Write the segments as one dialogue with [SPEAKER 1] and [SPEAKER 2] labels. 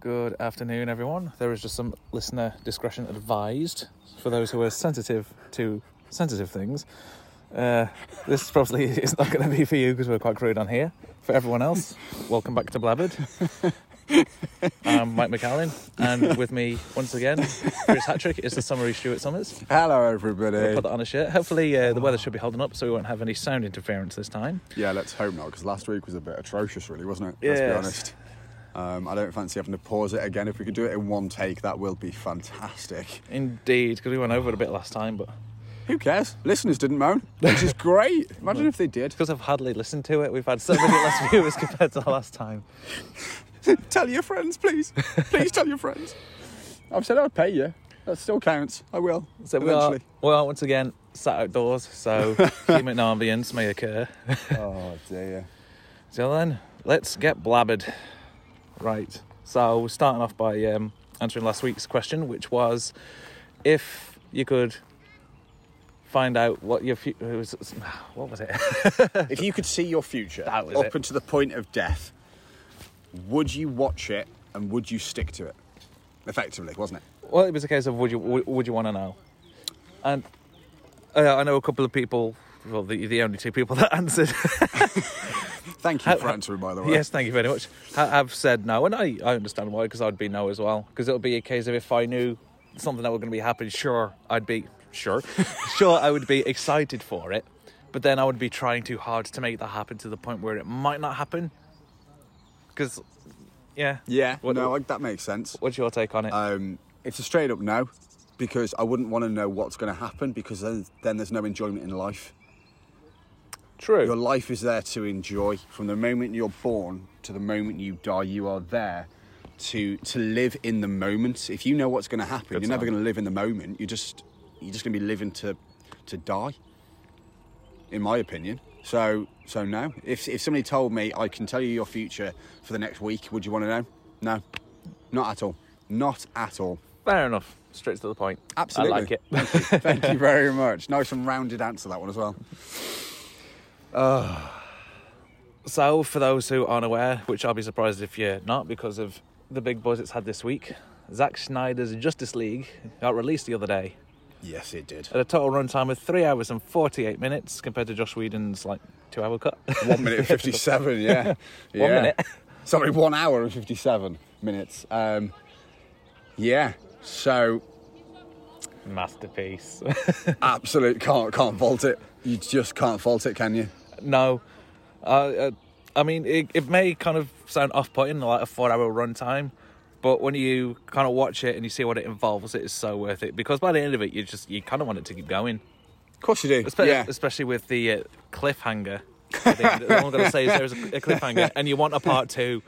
[SPEAKER 1] Good afternoon, everyone. There is just some listener discretion advised for those who are sensitive to sensitive things. Uh, this probably is not going to be for you because we're quite crude on here. For everyone else, welcome back to Blabbered. I'm Mike McAllen, and with me once again, Chris Hattrick is the summary Stuart Summers.
[SPEAKER 2] Hello,
[SPEAKER 1] We'll
[SPEAKER 2] everybody.
[SPEAKER 1] put that on a shirt. Hopefully, uh, the weather should be holding up, so we won't have any sound interference this time.
[SPEAKER 2] Yeah, let's hope not, because last week was a bit atrocious, really, wasn't it?
[SPEAKER 1] Yes.
[SPEAKER 2] Let's be honest. Um, I don't fancy having to pause it again. If we could do it in one take, that will be fantastic.
[SPEAKER 1] Indeed, because we went over it a bit last time, but
[SPEAKER 2] Who cares? Listeners didn't moan, which is great. Imagine if they did.
[SPEAKER 1] because I've hardly listened to it, we've had so many less viewers compared to last time.
[SPEAKER 2] tell your friends, please. Please tell your friends. I've said I'd pay you. That still counts. I will.
[SPEAKER 1] So we are,
[SPEAKER 2] eventually.
[SPEAKER 1] we are once again sat outdoors, so human ambience may occur.
[SPEAKER 2] Oh dear.
[SPEAKER 1] So then, let's get blabbered. Right. So we're starting off by um, answering last week's question, which was if you could find out what your fu- it was, what was it?
[SPEAKER 2] If you could see your future
[SPEAKER 1] That was
[SPEAKER 2] up
[SPEAKER 1] it.
[SPEAKER 2] until the point of death, would you watch it and would you stick to it? Effectively, wasn't it?
[SPEAKER 1] well, it was a case of would you would, would you want to know? And uh, I know a couple of people. Well, the, the only two people that answered
[SPEAKER 2] Thank you for answering, by the way.
[SPEAKER 1] Yes, thank you very much. I, have said no, and I, I understand why, because I'd be no as well. Because it'll be a case of if I knew something that were going to be happening, sure, I'd be sure, sure, I would be excited for it. But then I would be trying too hard to make that happen to the point where it might not happen. Because, yeah,
[SPEAKER 2] Yeah.
[SPEAKER 1] What-
[SPEAKER 2] no, like, that makes sense.
[SPEAKER 1] What's your take on it?
[SPEAKER 2] Um, it's a straight up no, because I wouldn't want to know what's going to happen, because then, then there's no enjoyment in life. Your
[SPEAKER 1] True.
[SPEAKER 2] life is there to enjoy. From the moment you're born to the moment you die, you are there to to live in the moment. If you know what's going to happen, you're never
[SPEAKER 1] time.
[SPEAKER 2] going to live in the moment. You're just you're just going to be living to to die. In my opinion. So so no. If if somebody told me I can tell you your future for the next week, would you want to know? No, not at all. Not at all.
[SPEAKER 1] Fair enough. Straight to the point.
[SPEAKER 2] Absolutely.
[SPEAKER 1] I like it.
[SPEAKER 2] Thank you very much. Nice and rounded answer that one as well.
[SPEAKER 1] So, for those who aren't aware, which I'll be surprised if you're not because of the big buzz it's had this week, Zack Snyder's Justice League got released the other day
[SPEAKER 2] Yes, it did.
[SPEAKER 1] at a total runtime of 3 hours and 48 minutes compared to Josh Whedon's like 2 hour cut.
[SPEAKER 2] One minute and 57, yeah. One
[SPEAKER 1] minute.
[SPEAKER 2] Sorry, one hour and 57 minutes. Um, yeah, so
[SPEAKER 1] Masterpiece.
[SPEAKER 2] absolute, can't, can't fault it. You just can't fault it, can you?
[SPEAKER 1] no. Uh, uh, I mean, it, it may kind of sound off putting, like a 4 hour runtime. But when you kind of watch it and you see what it involves, it is so worth it because by the end of it, you just you kind of want it to keep going.
[SPEAKER 2] Of course you do.
[SPEAKER 1] Espe-
[SPEAKER 2] yeah.
[SPEAKER 1] especially with the uh, cliffhanger. I think. All I'm going to say is there's a, a cliffhanger, and you want a part two.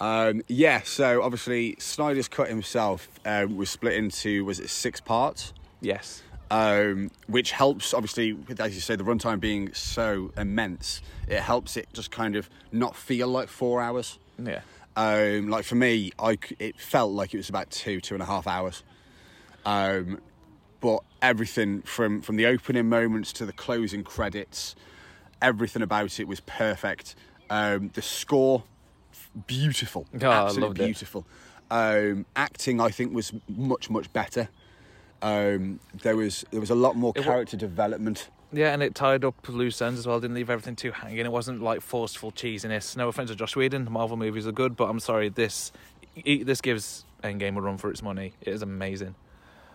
[SPEAKER 2] Um, yeah, so obviously Snyder's Cut himself um, was split into, was it six parts?
[SPEAKER 1] Yes,
[SPEAKER 2] um, which helps obviously with, as you say the runtime being so immense it helps it just kind of not feel like four hours
[SPEAKER 1] yeah,
[SPEAKER 2] um, like for me I, c- it felt like it was about two two and a half hours um, but everything from from the opening moments to the closing credits everything about it was perfect um, the score f- beautiful
[SPEAKER 1] Oh, I
[SPEAKER 2] absolutely
[SPEAKER 1] loved it.
[SPEAKER 2] beautiful um, acting i think was much much better um, there was there was a lot more
[SPEAKER 1] wa-
[SPEAKER 2] character development
[SPEAKER 1] yeah, and it tied up loose ends as well. Didn't leave everything too hanging. It wasn't like forceful cheesiness. No offense to Josh Whedon, Marvel movies are good, but I'm sorry, this e- this gives Endgame a run for its money. It is amazing.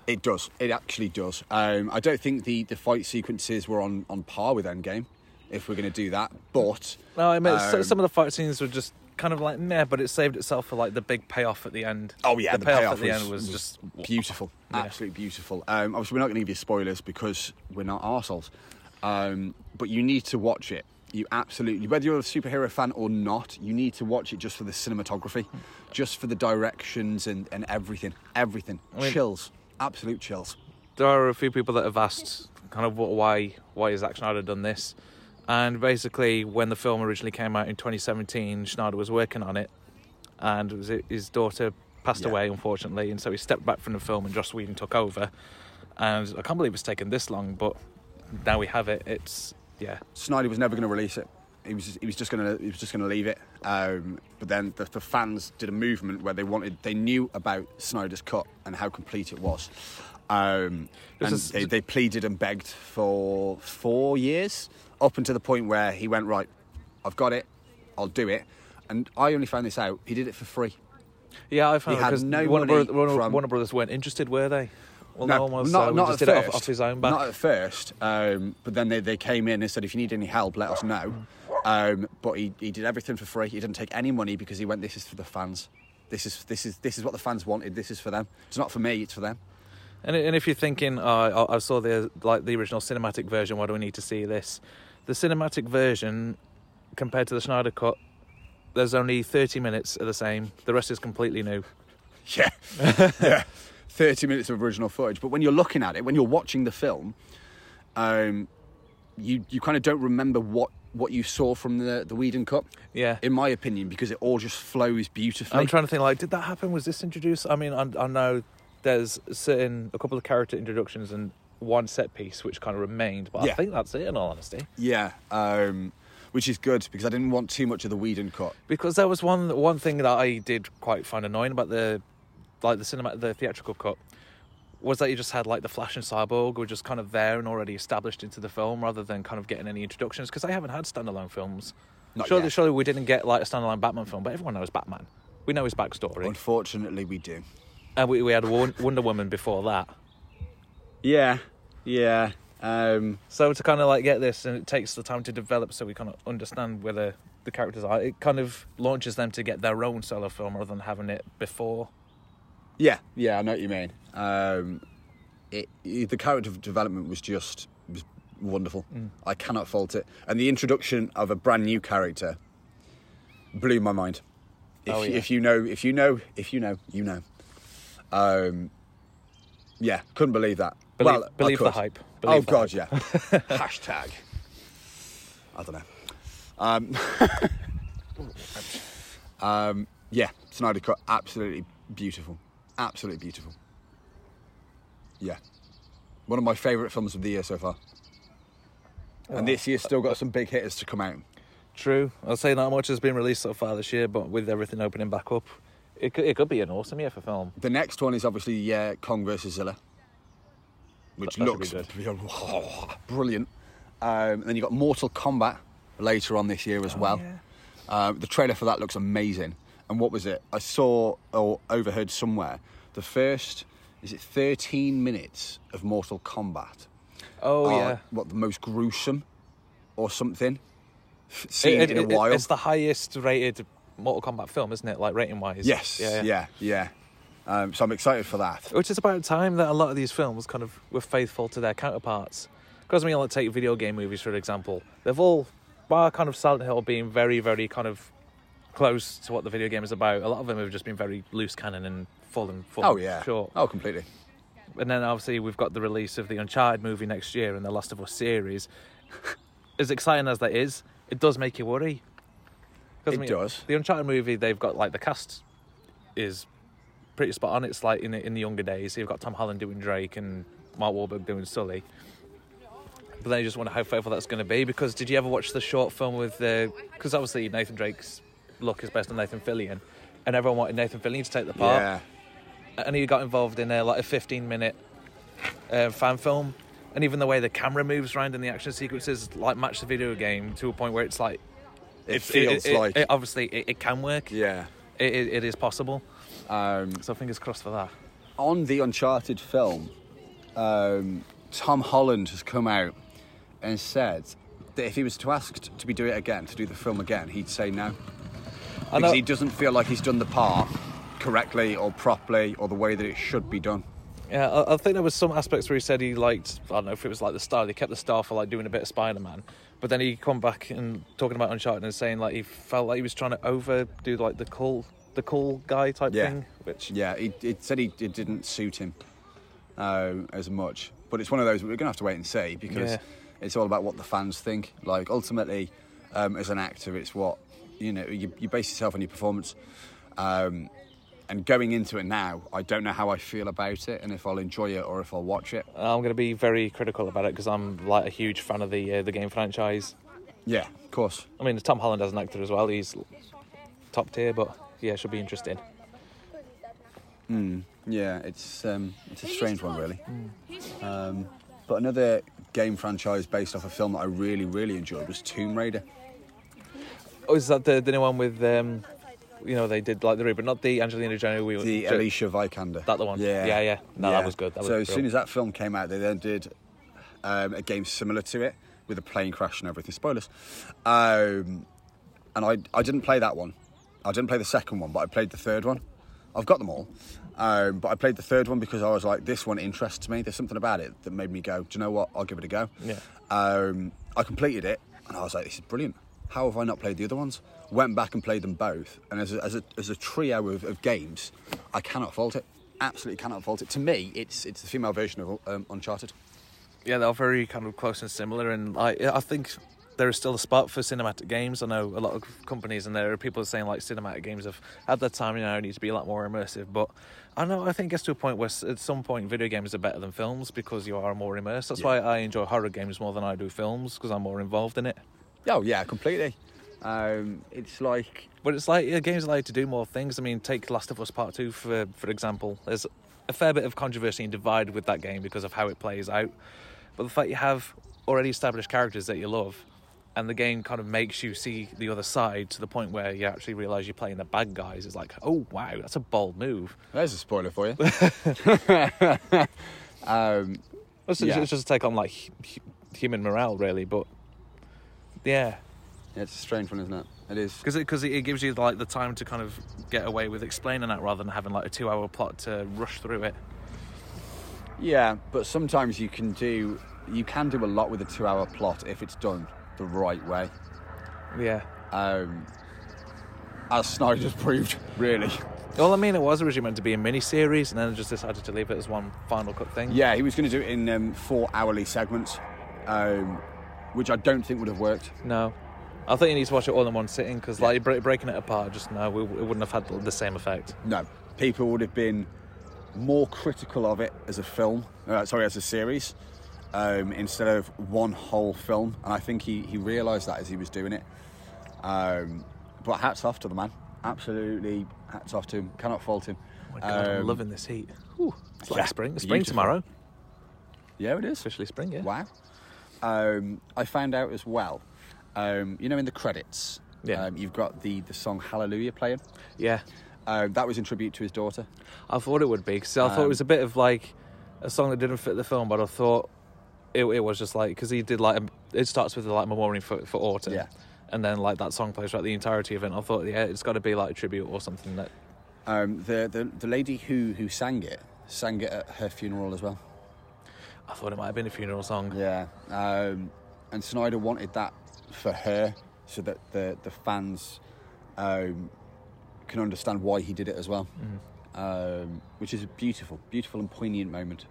[SPEAKER 2] It does. It actually does. Um, I don't think the, the fight sequences were on, on par with Endgame, if we're going to do that. But
[SPEAKER 1] No, I mean so,
[SPEAKER 2] Um,
[SPEAKER 1] some of the fight scenes were just kind of like meh, but it saved itself for like the big payoff at the end.
[SPEAKER 2] Oh, yeah,
[SPEAKER 1] the,
[SPEAKER 2] the
[SPEAKER 1] payoff,
[SPEAKER 2] payoff
[SPEAKER 1] at the
[SPEAKER 2] was-
[SPEAKER 1] end was,
[SPEAKER 2] was
[SPEAKER 1] just
[SPEAKER 2] beautiful, absolutely beautiful. Um, obviously, we're not going to give you spoilers because we're not arseholes. Um, but you need to watch it. You absolutely, whether you're a superhero fan or not, you need to watch it just for the cinematography, just for the directions and, and everything. Everything.
[SPEAKER 1] mean-
[SPEAKER 2] chills. Absolute chills.
[SPEAKER 1] there are a few people that have asked kind of what, why why has Zack Snyder done this, and basically when the film originally came out in 2017, Snyder was working on it, and was it, his daughter passed
[SPEAKER 2] Yeah.
[SPEAKER 1] away unfortunately, and so he stepped back from the film and Joss Whedon took over, and I can't believe it's taken this long, but now we have it. It's yeah,
[SPEAKER 2] Snyder was never going to release it. He was he was just going to he was just going to leave it. Um, but then the, the fans did a movement where they wanted, they knew about Snyder's Cut and how complete it was. Um,
[SPEAKER 1] This
[SPEAKER 2] and
[SPEAKER 1] is-
[SPEAKER 2] they, they pleaded and begged for four years, up until the point where he went, Right, I've got it, I'll do it. And I only found this out, he did it for free.
[SPEAKER 1] Yeah, I've heard
[SPEAKER 2] He had
[SPEAKER 1] because
[SPEAKER 2] no
[SPEAKER 1] Warner,
[SPEAKER 2] money
[SPEAKER 1] Brothers, Warner,
[SPEAKER 2] from-
[SPEAKER 1] Warner Brothers weren't interested, were they? Well, no,
[SPEAKER 2] No,
[SPEAKER 1] one was.
[SPEAKER 2] not-
[SPEAKER 1] so we
[SPEAKER 2] not
[SPEAKER 1] just
[SPEAKER 2] at
[SPEAKER 1] did it off,
[SPEAKER 2] first.
[SPEAKER 1] off his own back.
[SPEAKER 2] Not at first, um, but then they, they came in and said, if you need any help, let us know. Um, but he, he did everything for free. He didn't take any money because he went, this is for the fans. This is this is this is what the fans wanted. This is for them. It's not for me. It's for them.
[SPEAKER 1] And, and if you're thinking, oh, I- I saw the like the original cinematic version, why do we need to see this? The cinematic version, compared to the Schneider cut, there's only 30 minutes are the same. The rest is completely new.
[SPEAKER 2] Yeah, yeah. Thirty minutes of original footage. But when you're looking at it, when you're watching the film, um, you you kind of don't remember what what you saw from the the Whedon Cup.
[SPEAKER 1] Yeah.
[SPEAKER 2] In my opinion, because it all just flows beautifully.
[SPEAKER 1] I'm trying to think, like, did that happen? Was this introduced? I mean, I, I know there's certain a couple of character introductions and one set piece which kind of remained, but I
[SPEAKER 2] Yeah.
[SPEAKER 1] think that's it. In all honesty,
[SPEAKER 2] Yeah, um, which is good because I didn't want too much of the Whedon cut.
[SPEAKER 1] because there was one one thing that I did quite find annoying about the like the cinema the theatrical cut was that you just had like the Flash and Cyborg were just kind of there and already established into the film rather than kind of getting any introductions because I haven't had standalone films.
[SPEAKER 2] Not
[SPEAKER 1] surely,
[SPEAKER 2] yet.
[SPEAKER 1] surely we didn't get like a standalone Batman film, but everyone knows Batman. We know his backstory,
[SPEAKER 2] Unfortunately, we do.
[SPEAKER 1] and we, we had Won- Wonder Woman before that.
[SPEAKER 2] Yeah, yeah. Um,
[SPEAKER 1] So to kind of like get this, and it takes the time to develop, so we kind of understand where the, the characters are. It kind of launches them to get their own solo film rather than having it before.
[SPEAKER 2] yeah, yeah. I know what you mean. Um, it, it- the character development was just was wonderful. I cannot fault it. And the introduction of a brand new character blew my mind. If,
[SPEAKER 1] Oh, yeah.
[SPEAKER 2] if you know, if you know, if you know, you know. Um, yeah, couldn't believe that.
[SPEAKER 1] Believe,
[SPEAKER 2] I
[SPEAKER 1] believe the
[SPEAKER 2] could.
[SPEAKER 1] hype. Believe
[SPEAKER 2] oh
[SPEAKER 1] the
[SPEAKER 2] god,
[SPEAKER 1] hype.
[SPEAKER 2] yeah. Hashtag. I don't know. Um, um, yeah, Snyder Cut, absolutely beautiful, absolutely beautiful. Yeah, one of my favourite films of the year so far. And this year's still got some big hitters to come out.
[SPEAKER 1] True. I'll say not much has been released so far this year, but with everything opening back up, it could, it could be an awesome year for film.
[SPEAKER 2] The next one is obviously yeah, Kong versus Zilla, which
[SPEAKER 1] That- that should
[SPEAKER 2] looks
[SPEAKER 1] be
[SPEAKER 2] brilliant. Um, and then you have got Mortal Kombat later on this year as well.
[SPEAKER 1] Oh, yeah.
[SPEAKER 2] Um, the trailer for that looks amazing. And what was it? I saw or overheard somewhere the first is it 13 minutes of Mortal Kombat.
[SPEAKER 1] Oh
[SPEAKER 2] are,
[SPEAKER 1] yeah.
[SPEAKER 2] what the most gruesome or something? F-
[SPEAKER 1] It-
[SPEAKER 2] Seen
[SPEAKER 1] it-
[SPEAKER 2] in a
[SPEAKER 1] it-
[SPEAKER 2] while.
[SPEAKER 1] It's the highest rated Mortal Kombat film, isn't it? Like rating wise.
[SPEAKER 2] yes. Yeah. Yeah. Um, so I'm excited for that.
[SPEAKER 1] which is about time that a lot of these films kind of were faithful to their counterparts. Because I mean, like take video game movies for example, they've all, bar kind of Silent Hill being very, very kind of close to what the video game is about. A lot of them have just been very loose cannon and fallen, fallen
[SPEAKER 2] Oh yeah.
[SPEAKER 1] short.
[SPEAKER 2] Oh, completely.
[SPEAKER 1] And then obviously we've got the release of the Uncharted movie next year and the Last of Us series. as exciting as that is, it does make you worry. 'Cause,
[SPEAKER 2] It does.
[SPEAKER 1] The Uncharted movie, they've got like the cast is pretty spot on. It's like in the, in the younger days, you've got Tom Holland doing Drake and Mark Wahlberg doing Sully. But then you just wonder how faithful that's going to be because did you ever watch the short film with the? Because obviously Nathan Drake's look is based on Nathan Fillion, and everyone wanted Nathan Fillion to take the part
[SPEAKER 2] Yeah.
[SPEAKER 1] and he got involved in a like a 15 minute uh, fan film and even the way the camera moves around in the action sequences like match the video game to a point where it's like
[SPEAKER 2] It, feels
[SPEAKER 1] it- it-
[SPEAKER 2] like.
[SPEAKER 1] it- obviously it, it can work
[SPEAKER 2] yeah.
[SPEAKER 1] it, it, it is possible
[SPEAKER 2] Um,
[SPEAKER 1] so fingers crossed for that
[SPEAKER 2] on the Uncharted film, um, Tom Holland has come out and said that if he was to asked to be do it again, to do the film again, he'd say no
[SPEAKER 1] I know,
[SPEAKER 2] because he doesn't feel like he's done the part correctly or properly or the way that it should be done.
[SPEAKER 1] yeah, I, I think there was some aspects where he said he liked I don't know if it was like the star they kept the star for like doing a bit of Spider-Man but then he come back and talking about Uncharted and saying like he felt like he was trying to overdo like the cool the cool guy type
[SPEAKER 2] Yeah.
[SPEAKER 1] thing which
[SPEAKER 2] Yeah, he, it said he, it didn't suit him um, as much. But it's one of those we're going to have to wait and see because
[SPEAKER 1] Yeah.
[SPEAKER 2] it's all about what the fans think. Like ultimately, um, as an actor, it's what you know. You, you base yourself on your performance. Um, and going into it now, I don't know how I feel about it and if I'll enjoy it or if I'll watch it.
[SPEAKER 1] I'm going to be very critical about it because I'm like a huge fan of the uh, the game franchise.
[SPEAKER 2] Yeah, of course.
[SPEAKER 1] I mean, Tom Holland as an actor as well. He's top tier, but yeah, should be interesting.
[SPEAKER 2] Yeah, it's um, it's a strange one, really. Um, but another game franchise based off a film that I really, really enjoyed was Tomb Raider.
[SPEAKER 1] Oh, is that the, the new one with um, you know, they did like the reboot, not the Angelina Jolie. We
[SPEAKER 2] The Alicia Vikander.
[SPEAKER 1] That the one? Yeah, yeah. No, that was good. That was
[SPEAKER 2] so as soon
[SPEAKER 1] brilliant.
[SPEAKER 2] as that film came out, they then did um, a game similar to it with a plane crash and everything. Spoilers. Um, and I, I didn't play that one. I didn't play the second one, but I played the third one. I've got them all. Um, but I played the third one because I was like, this one interests me. There's something about it that made me go, do you know what? I'll give it a go.
[SPEAKER 1] Yeah.
[SPEAKER 2] Um, I completed it and I was like, this is brilliant. How have I not played the other ones? Went back and played them both. And as a, as a, as a trio of, of games, I cannot fault it. Absolutely cannot fault it. To me, it's it's the female version of um, Uncharted.
[SPEAKER 1] yeah, they're very kind of close and similar, and I I think there is still a spot for cinematic games. I know a lot of companies and there are people saying like cinematic games have at that time you know need to be a lot more immersive, but I know I think it gets to a point where s- at some point video games are better than films because you are more immersed. That's why I enjoy horror games more than I do films because I'm more involved in it.
[SPEAKER 2] Oh, yeah, completely. Um, it's like
[SPEAKER 1] But it's like yeah, games allow you to do more things. I mean, take Last of Us Part Two for for example. There's a fair bit of controversy and divide with that game because of how it plays out. But the fact you have already established characters that you love, and the game kind of makes you see the other side to the point where you actually realise you're playing the bad guys. It's like, oh wow, that's a bold move.
[SPEAKER 2] There's a spoiler for you. um,
[SPEAKER 1] It's,
[SPEAKER 2] Yeah.
[SPEAKER 1] it's just a take on like hu- hu- human morale, really. But yeah,
[SPEAKER 2] yeah, it's a strange one, isn't it? It is.
[SPEAKER 1] because it, 'cause it, it gives you like the time to kind of get away with explaining that rather than having like a two-hour plot to rush through it.
[SPEAKER 2] Yeah, but sometimes you can do you can do a lot with a two-hour plot if it's done the right way.
[SPEAKER 1] Yeah.
[SPEAKER 2] Um, as Snyder's proved, really.
[SPEAKER 1] Well, I mean, it was originally meant to be a mini series, and then I just decided to leave it as one final cut thing.
[SPEAKER 2] Yeah, he was going to do it in um, four hourly segments, um, which I don't think would have worked.
[SPEAKER 1] No. I think you need to watch it all in one sitting because, like, bre- breaking it apart, just no, we, it wouldn't have had the- the same effect. Oh
[SPEAKER 2] No, people would have been more critical of it as a film, uh, sorry, as a series, um, instead of one whole film. And I think he, he realised that as he was doing it. Um, but hats off to the man. Absolutely hats off to him. Cannot fault him.
[SPEAKER 1] Oh my God, I'm
[SPEAKER 2] Um,
[SPEAKER 1] loving this heat. Ooh, it's like
[SPEAKER 2] yeah,
[SPEAKER 1] spring. It's spring
[SPEAKER 2] beautiful.
[SPEAKER 1] tomorrow.
[SPEAKER 2] Yeah, it is.
[SPEAKER 1] Officially spring, yeah.
[SPEAKER 2] Wow. Um, I found out as well, um, you know, in the credits,
[SPEAKER 1] Yeah.
[SPEAKER 2] um, you've got the, the song Hallelujah playing.
[SPEAKER 1] Yeah.
[SPEAKER 2] Um, that was in tribute to his daughter.
[SPEAKER 1] I thought it would be because I thought it
[SPEAKER 2] Um,
[SPEAKER 1] was a bit of like a song that didn't fit the film, but I thought it, it was just like because he did like a- it starts with like memorial for, for autumn,
[SPEAKER 2] Yeah.
[SPEAKER 1] and then like that song plays throughout the entirety of it. and I thought, yeah, it's got to be like a tribute or something that
[SPEAKER 2] Um, the, the, the lady who, who sang it sang it at her funeral as well.
[SPEAKER 1] I thought it might have been a funeral song.
[SPEAKER 2] Yeah. Um, and Snyder wanted that for her so that the, the fans um, can understand why he did it as well, um, which is a beautiful, beautiful and poignant moment.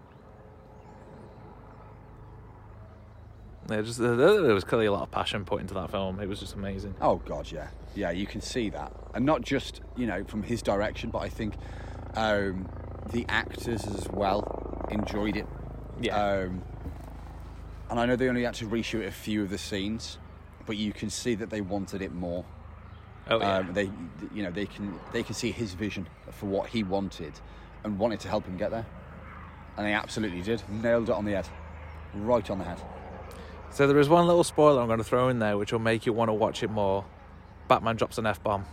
[SPEAKER 1] Yeah, just there- there was clearly a lot of passion put into that film. It was just amazing.
[SPEAKER 2] Oh God, yeah, yeah. You can see that, and not just you know from his direction, but I think um, the actors as well enjoyed it.
[SPEAKER 1] Yeah.
[SPEAKER 2] Um, and I know they only had to reshoot a few of the scenes, but you can see that they wanted it more.
[SPEAKER 1] Oh yeah,
[SPEAKER 2] Um, they, you know, they can they can see his vision for what he wanted, and wanted to help him get there, and they absolutely did. Nailed it on the head, right on the head.
[SPEAKER 1] so there is one little spoiler I'm going to throw in there, which will make you want to watch it more. Batman drops an f bomb.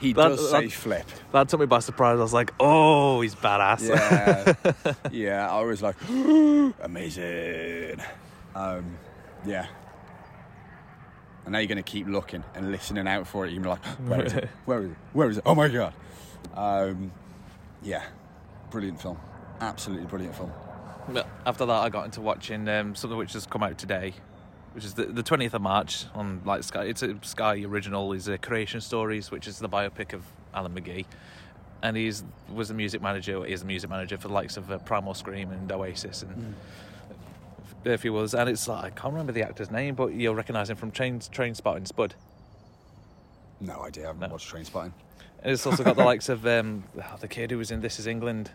[SPEAKER 2] He
[SPEAKER 1] That-
[SPEAKER 2] does
[SPEAKER 1] that-
[SPEAKER 2] say flip.
[SPEAKER 1] That took me by surprise. I was like, oh, he's badass.
[SPEAKER 2] Yeah, yeah. I was like, amazing. Um, yeah. And now you're going to keep looking and listening out for it. You're going to be like, where is it? Where is it? Where is it? Oh my god. Um, yeah, brilliant film. Absolutely brilliant film.
[SPEAKER 1] But After that, I got into watching um, something which has come out today, which is the the twentieth of March on like Sky. It's a Sky original. Is uh, Creation Stories, which is the biopic of Alan McGee, and he's was the music manager. Is the music manager for the likes of uh, Primal Scream and Oasis and. If he was, and it's like I can't remember the actor's name, but you'll recognise him from Train Train Spotting Spud.
[SPEAKER 2] No idea. I haven't watched Train Spotting.
[SPEAKER 1] And it's also got the likes of um, oh, the kid who was in This Is England.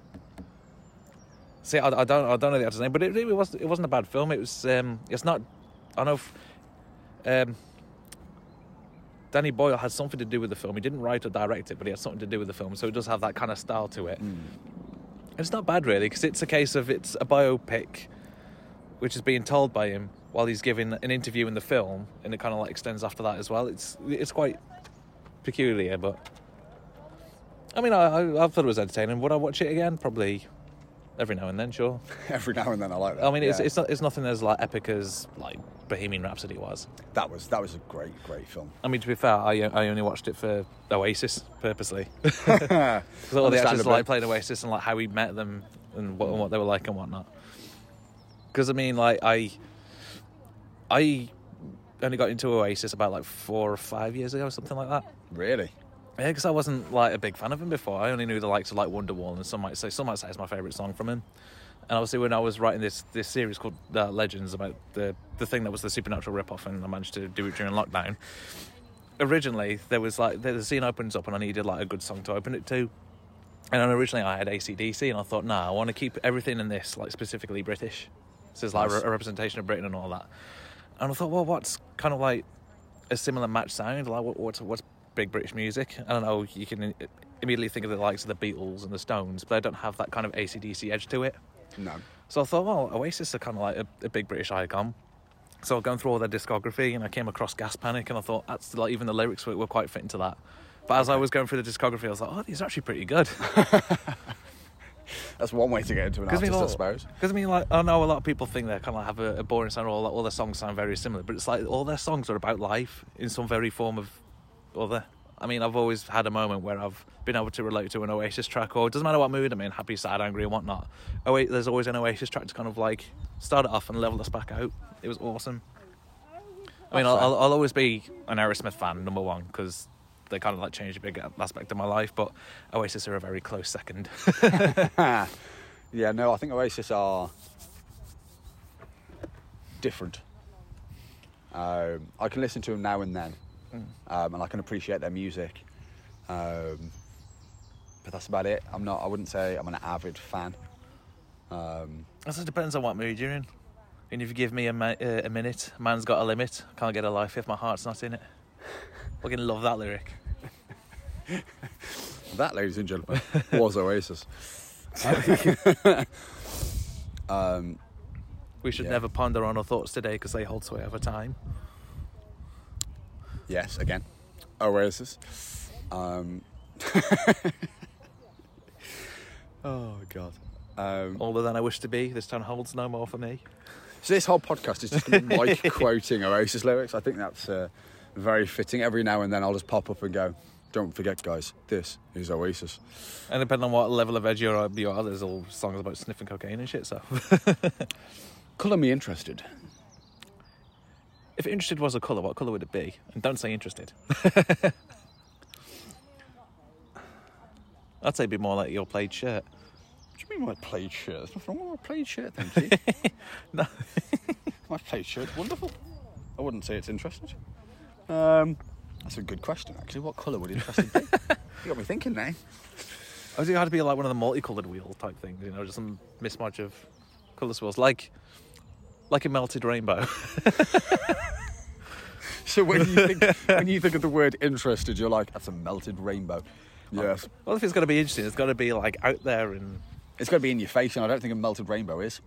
[SPEAKER 1] See, I, I don't, I don't know the actor's name, but it really was. It wasn't a bad film. It was. Um, it's not. I know. F- um, Danny Boyle had something to do with the film. He didn't write or direct it, but he had something to do with the film, so it does have that kind of style to it. It's not bad really, because it's a case of it's a biopic, which is being told by him while he's giving an interview in the film, and it kind of like extends after that as well. It's it's quite peculiar, but I mean, I, I, I thought it was entertaining. Would I watch it again? Probably every now and then, sure.
[SPEAKER 2] Every now and then, I like that.
[SPEAKER 1] I mean, it's
[SPEAKER 2] Yeah.
[SPEAKER 1] it's not it's nothing as like epic as like Bohemian Rhapsody was.
[SPEAKER 2] that was that was a great, great film.
[SPEAKER 1] I mean, to be fair, I, I only watched it for Oasis purposely. Because all the actors
[SPEAKER 2] Understandably.
[SPEAKER 1] like played Oasis and like how we met them and what, and what they were like and whatnot. Because I mean, like I, I only got into Oasis about like four or five years ago, or something like that.
[SPEAKER 2] Really?
[SPEAKER 1] Yeah, because I wasn't like a big fan of him before. I only knew the likes of like Wonderwall, and some might say some might say it's my favourite song from him. And obviously, when I was writing this this series called uh, Legends about the the thing that was the supernatural rip off, and I managed to do it during lockdown. Originally, there was like the, the scene opens up, and I needed like a good song to open it to. And then originally, I had ACDC, and I thought, nah, I want to keep everything in this like specifically British. This is like
[SPEAKER 2] Nice.
[SPEAKER 1] a a representation of Britain and all that. And I thought, well, what's kind of like a similar match sound? Like, what, what's, what's big British music? I don't know. You can i- immediately think of the likes of the Beatles and the Stones, but they don't have that kind of ACDC edge to it.
[SPEAKER 2] No.
[SPEAKER 1] So I thought, well, Oasis are kind of like a, a big British icon. So I've gone through all their discography and I came across Gas Panic and I thought, that's like even the lyrics were, were quite fitting to that. But as I was going through the discography, I was like, oh, these are actually pretty good.
[SPEAKER 2] That's one way to get into an artist, I suppose.
[SPEAKER 1] Because I mean, like, I know a lot of people think they kind of have a, a boring sound, or all, all their songs sound very similar, but it's like all their songs are about life in some very form of other. I mean, I've always had a moment where I've been able to relate to an Oasis track, or it doesn't matter what mood I'm in, happy, sad, angry, and whatnot. Oh, wait, there's always an Oasis track to kind of like start it off and level us back out. It was awesome. I mean, I'll, I'll, I'll always be an Aerosmith fan, number one, because they kind of like changed a big aspect of my life, but Oasis are a very close second.
[SPEAKER 2] Yeah, no, I think Oasis are different. Um, I can listen to them now and then, um, and I can appreciate their music. Um, but that's about it. I'm not. I wouldn't say I'm an avid fan. Um,
[SPEAKER 1] It just depends on what mood you're in. And if you give me a, mi- uh, a minute, man's got a limit. Can't get a life if my heart's not in it. Fucking love that lyric.
[SPEAKER 2] that, ladies and gentlemen, was Oasis. um,
[SPEAKER 1] We should
[SPEAKER 2] Yeah.
[SPEAKER 1] never ponder on our thoughts today because they hold sway over time.
[SPEAKER 2] yes, again, Oasis. Um, oh God. Um,
[SPEAKER 1] Older than I wish to be, this town holds no more for me.
[SPEAKER 2] So this whole podcast is just like quoting Oasis lyrics. I think that's uh, very fitting. Every now and then I'll just pop up and go, "Don't forget, guys, this is Oasis."
[SPEAKER 1] And depending on what level of edge you're at, you are, there's all songs about sniffing cocaine and shit. So,
[SPEAKER 2] Colour me interested.
[SPEAKER 1] if interested was a colour, what colour would it be? And don't say interested. I'd say it'd be more like your played shirt.
[SPEAKER 2] What do you mean my plaid shirt? There's nothing wrong with my plaid shirt, thank you.
[SPEAKER 1] No.
[SPEAKER 2] my plaid shirt's wonderful. I wouldn't say it's interested. Um, that's a good question, actually. What colour would interested be? you got me thinking now.
[SPEAKER 1] I think it had to be like one of the multicoloured wheel type things, you know, just some mismatch of colour swirls, like like a melted rainbow.
[SPEAKER 2] So when you think when you think of the word interested, you're like, "That's a melted rainbow." Yes.
[SPEAKER 1] well, if it's going to be interesting, it's got to be like out there and
[SPEAKER 2] It's got to be in your face, and I don't think a melted rainbow is.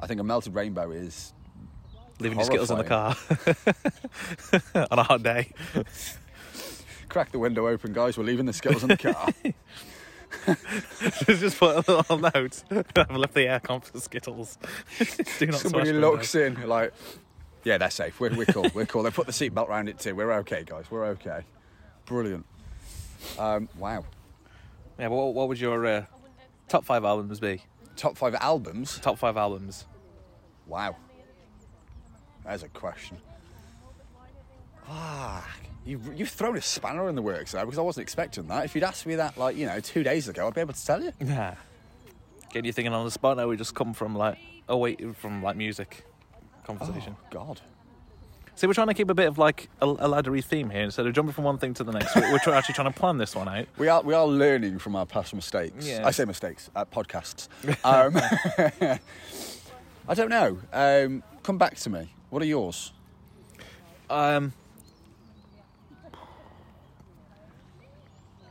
[SPEAKER 2] I think a melted rainbow is
[SPEAKER 1] leaving your skittles in the car on a hot day.
[SPEAKER 2] crack the window open, guys. We're leaving the skittles in the car.
[SPEAKER 1] just put a little note. I've left the aircon for skittles. Do not
[SPEAKER 2] Somebody
[SPEAKER 1] smash
[SPEAKER 2] looks in like, yeah, they're safe. We're, we're cool. We're cool. They put the seatbelt round it too. We're okay, guys. We're okay. Brilliant. Um, wow.
[SPEAKER 1] windows. Yeah, what, what would your uh, top five albums be?
[SPEAKER 2] Top five albums.
[SPEAKER 1] Top five albums.
[SPEAKER 2] Wow. There's a question. Ah, you've, you've thrown a spanner in the works there because I wasn't expecting that. If you'd asked me that, like, you know, two days ago, I'd be able to tell you.
[SPEAKER 1] Nah. Get you thinking on the spot now. We just come from like oh wait from like music conversation.
[SPEAKER 2] Oh, God.
[SPEAKER 1] See, we're trying to keep a bit of like a, a laddery theme here instead of jumping from one thing to the next. We're, we're tr- actually trying to plan this one out.
[SPEAKER 2] We are we are learning from our past mistakes.
[SPEAKER 1] Yeah.
[SPEAKER 2] I say mistakes at podcasts. Um, I don't know. Um, come back to me. What are yours?
[SPEAKER 1] Um,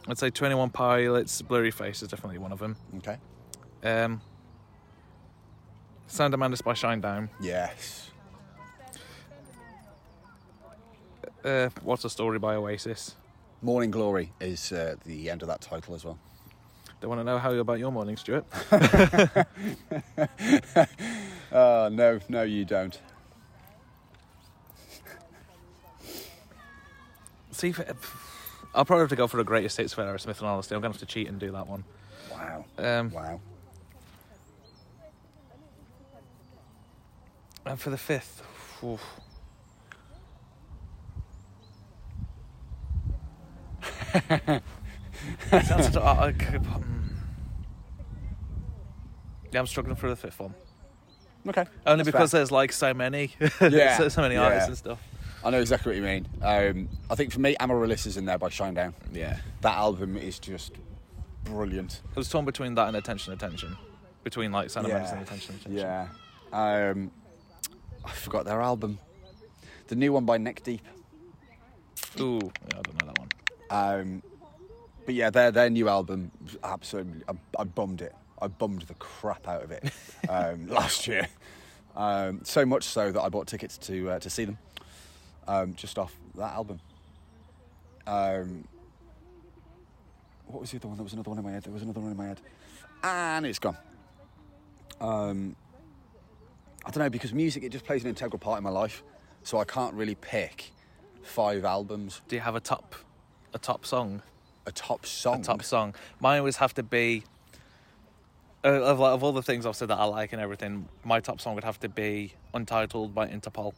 [SPEAKER 1] I'd say 21 Pilots, Blurry Face is definitely one of them.
[SPEAKER 2] Okay.
[SPEAKER 1] Um, Sound Amandus by Shinedown.
[SPEAKER 2] Yes.
[SPEAKER 1] Uh, What's a Story by Oasis.
[SPEAKER 2] Morning Glory is uh, the end of that title as well.
[SPEAKER 1] They want to know how you about your morning, Stuart.
[SPEAKER 2] Oh, no, no, you don't.
[SPEAKER 1] See, if I'll probably have to go for the greatest hits for Aerosmith, and honestly, I'm going to have to cheat and do that one.
[SPEAKER 2] Wow.
[SPEAKER 1] Um,
[SPEAKER 2] Wow.
[SPEAKER 1] And Uh, for the fifth, oof. Sounds- I- I could- hmm. yeah, I'm struggling for the fifth one.
[SPEAKER 2] Okay.
[SPEAKER 1] Only
[SPEAKER 2] that's
[SPEAKER 1] because
[SPEAKER 2] fair.
[SPEAKER 1] there's like so many,
[SPEAKER 2] Yeah,
[SPEAKER 1] so, so many
[SPEAKER 2] yeah.
[SPEAKER 1] artists and stuff.
[SPEAKER 2] I know exactly what you mean. Um, I think for me, Amaryllis is in there by Shinedown.
[SPEAKER 1] Yeah,
[SPEAKER 2] That album is just brilliant.
[SPEAKER 1] I was torn between that and attention, attention, between like Santa Mendes and attention, attention.
[SPEAKER 2] Yeah. Um, I forgot their album. The new one by Neck Deep.
[SPEAKER 1] Ooh, yeah, I don't know that one.
[SPEAKER 2] Um, but yeah, their their new album, absolutely, I, I bummed it. I bummed the crap out of it um, last year. Um, so much so that I bought tickets to uh, to see them, um, just off that album. Um, what was the other one? There was another one in my head. There was another one in my head, and it's gone. Um, I don't know because music it just plays an integral part in my life, so I can't really pick five albums
[SPEAKER 1] Do you have a top, a top song?
[SPEAKER 2] a top song.
[SPEAKER 1] top song. Mine always have to be uh, of, like, of all the things I've said that I like and everything. My top song would have to be "Untitled" by Interpol,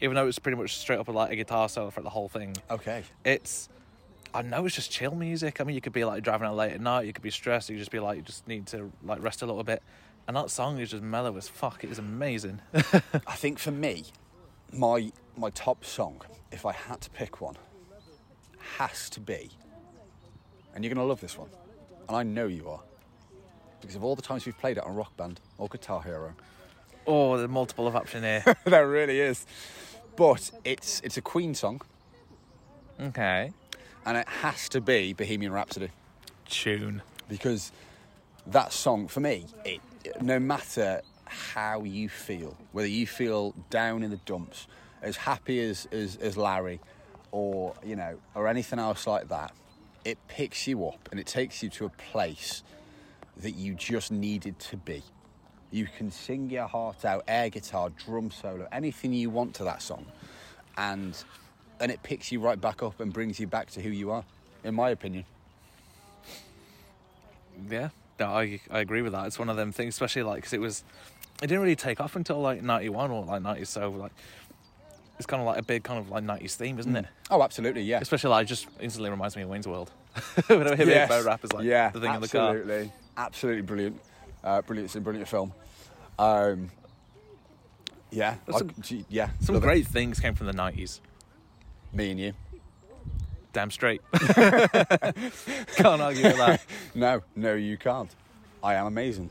[SPEAKER 1] even though it's pretty much straight up like a guitar solo for the whole thing.
[SPEAKER 2] Okay.
[SPEAKER 1] It's I know it's just chill music. I mean, you could be like driving out late at night, you could be stressed, you could just be like you just need to like rest a little bit. And that song is just mellow as fuck. It is amazing.
[SPEAKER 2] I think for me, my my top song, if I had to pick one, has to be. And you're gonna love this one, and I know you are, because of all the times we've played it on Rock Band or Guitar Hero.
[SPEAKER 1] oh, there's multiple of option here.
[SPEAKER 2] there really is. But it's it's a Queen song,
[SPEAKER 1] okay,
[SPEAKER 2] and it has to be Bohemian Rhapsody.
[SPEAKER 1] tune.
[SPEAKER 2] because that song for me it no matter how you feel whether you feel down in the dumps as happy as as, as larry or you know or anything else like that it picks you up and it takes you to a place that you just needed to be you can sing your heart out air guitar drum solo anything you want to that song and and it picks you right back up and brings you back to who you are in my opinion
[SPEAKER 1] Yeah, no, I I agree with that. It's one of them things, especially like because it was, it didn't really take off until like '91 or like '90. So like, it's kind of like a big kind of like '90s theme, isn't it?
[SPEAKER 2] oh absolutely yeah
[SPEAKER 1] Especially like just instantly reminds me of Wayne's World. when I hear
[SPEAKER 2] Yeah,
[SPEAKER 1] yes. about rappers like
[SPEAKER 2] yeah,
[SPEAKER 1] the thing in the car.
[SPEAKER 2] absolutely, absolutely brilliant, uh, brilliant, it's a brilliant film. Um, yeah, I-
[SPEAKER 1] Some-
[SPEAKER 2] gee, yeah,
[SPEAKER 1] Some
[SPEAKER 2] love it.
[SPEAKER 1] great things came from the '90s.
[SPEAKER 2] Me and you.
[SPEAKER 1] Damn straight. Can't argue with that.
[SPEAKER 2] No, no, you can't. I am amazing.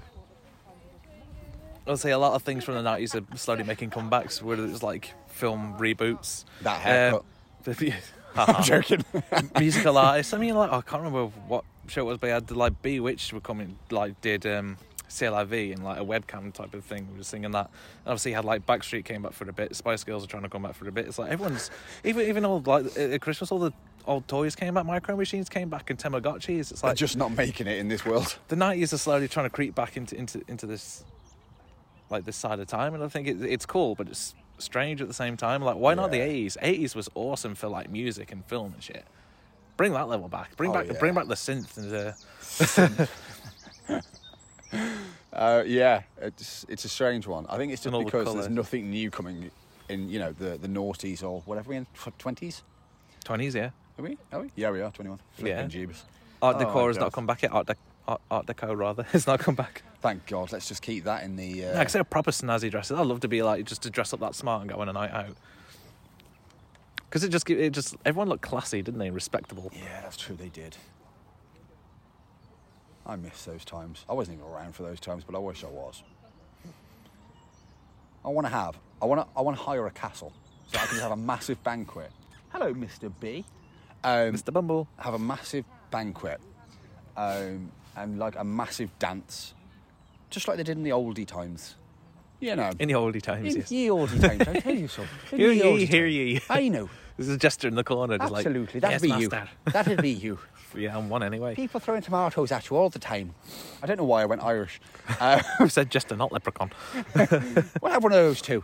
[SPEAKER 1] I'll say a lot of things from the nineties are slowly making comebacks, whether it's like film reboots.
[SPEAKER 2] That haircut.
[SPEAKER 1] Um,
[SPEAKER 2] I'm joking.
[SPEAKER 1] musical artists. I mean, like I can't remember what show it was, but I had like Bewitched were coming, like did um, CLIV and like a webcam type of thing. We were singing that. And obviously, had like Backstreet came back for a bit. Spice Girls are trying to come back for a bit. It's like everyone's even even old like at at Christmas, all the old toys came back, micro machines came back, and Tamagotchis. It's
[SPEAKER 2] I'm
[SPEAKER 1] like
[SPEAKER 2] just not making it in this world.
[SPEAKER 1] the nineties are slowly trying to creep back into into into this like this side of time, and I think it, it's cool, but it's strange at the same time. Like, why not the
[SPEAKER 2] Yeah.
[SPEAKER 1] eighties? Eighties was awesome for like music and film and shit. Bring that level back. Bring
[SPEAKER 2] Oh,
[SPEAKER 1] back
[SPEAKER 2] yeah.
[SPEAKER 1] bring back the synth and the
[SPEAKER 2] Uh, yeah, it's it's a strange one. I think it's
[SPEAKER 1] And
[SPEAKER 2] just
[SPEAKER 1] all the
[SPEAKER 2] because
[SPEAKER 1] colours.
[SPEAKER 2] there's nothing new coming in. You know, the the noughties or whatever. We in twenties?
[SPEAKER 1] twenties. Yeah,
[SPEAKER 2] Are we? Are we? Yeah, we are. Twenty one. Flipping
[SPEAKER 1] Yeah.
[SPEAKER 2] jeebus.
[SPEAKER 1] Art
[SPEAKER 2] Oh,
[SPEAKER 1] Deco has
[SPEAKER 2] God.
[SPEAKER 1] not come back yet. Art, Dec Art, Art Deco rather has not come back.
[SPEAKER 2] Thank God. Let's just keep that in the. Uh,
[SPEAKER 1] Like, say a proper snazzy dresses. I'd love to be like just to dress up that smart and go on a night out. Because it just gi- it just everyone looked classy, didn't they? and Respectable.
[SPEAKER 2] Yeah, that's true. They did. I miss those times. I wasn't even around for those times, but I wish I was. I want to have. I want to. I want to hire a castle so I can have a massive banquet. Hello, Mister B. Um,
[SPEAKER 1] Mr. Bumble.
[SPEAKER 2] have a massive banquet um, and like a massive dance, just like they did in the oldie times. You know,
[SPEAKER 1] In the oldie times, yes.
[SPEAKER 2] ye oldie times. I tell you so. In
[SPEAKER 1] Hear
[SPEAKER 2] ye
[SPEAKER 1] ye,
[SPEAKER 2] oldie
[SPEAKER 1] hear ye.
[SPEAKER 2] times. I know.
[SPEAKER 1] There's a jester in the corner, just like
[SPEAKER 2] Absolutely,
[SPEAKER 1] yes,
[SPEAKER 2] that'd be
[SPEAKER 1] master."
[SPEAKER 2] you. That'd be you.
[SPEAKER 1] Yeah, I'm one anyway.
[SPEAKER 2] People throwing tomatoes at you all the time. I don't know why I went Irish. Uh,
[SPEAKER 1] Who said jester, not leprechaun?
[SPEAKER 2] we'll have one of those too.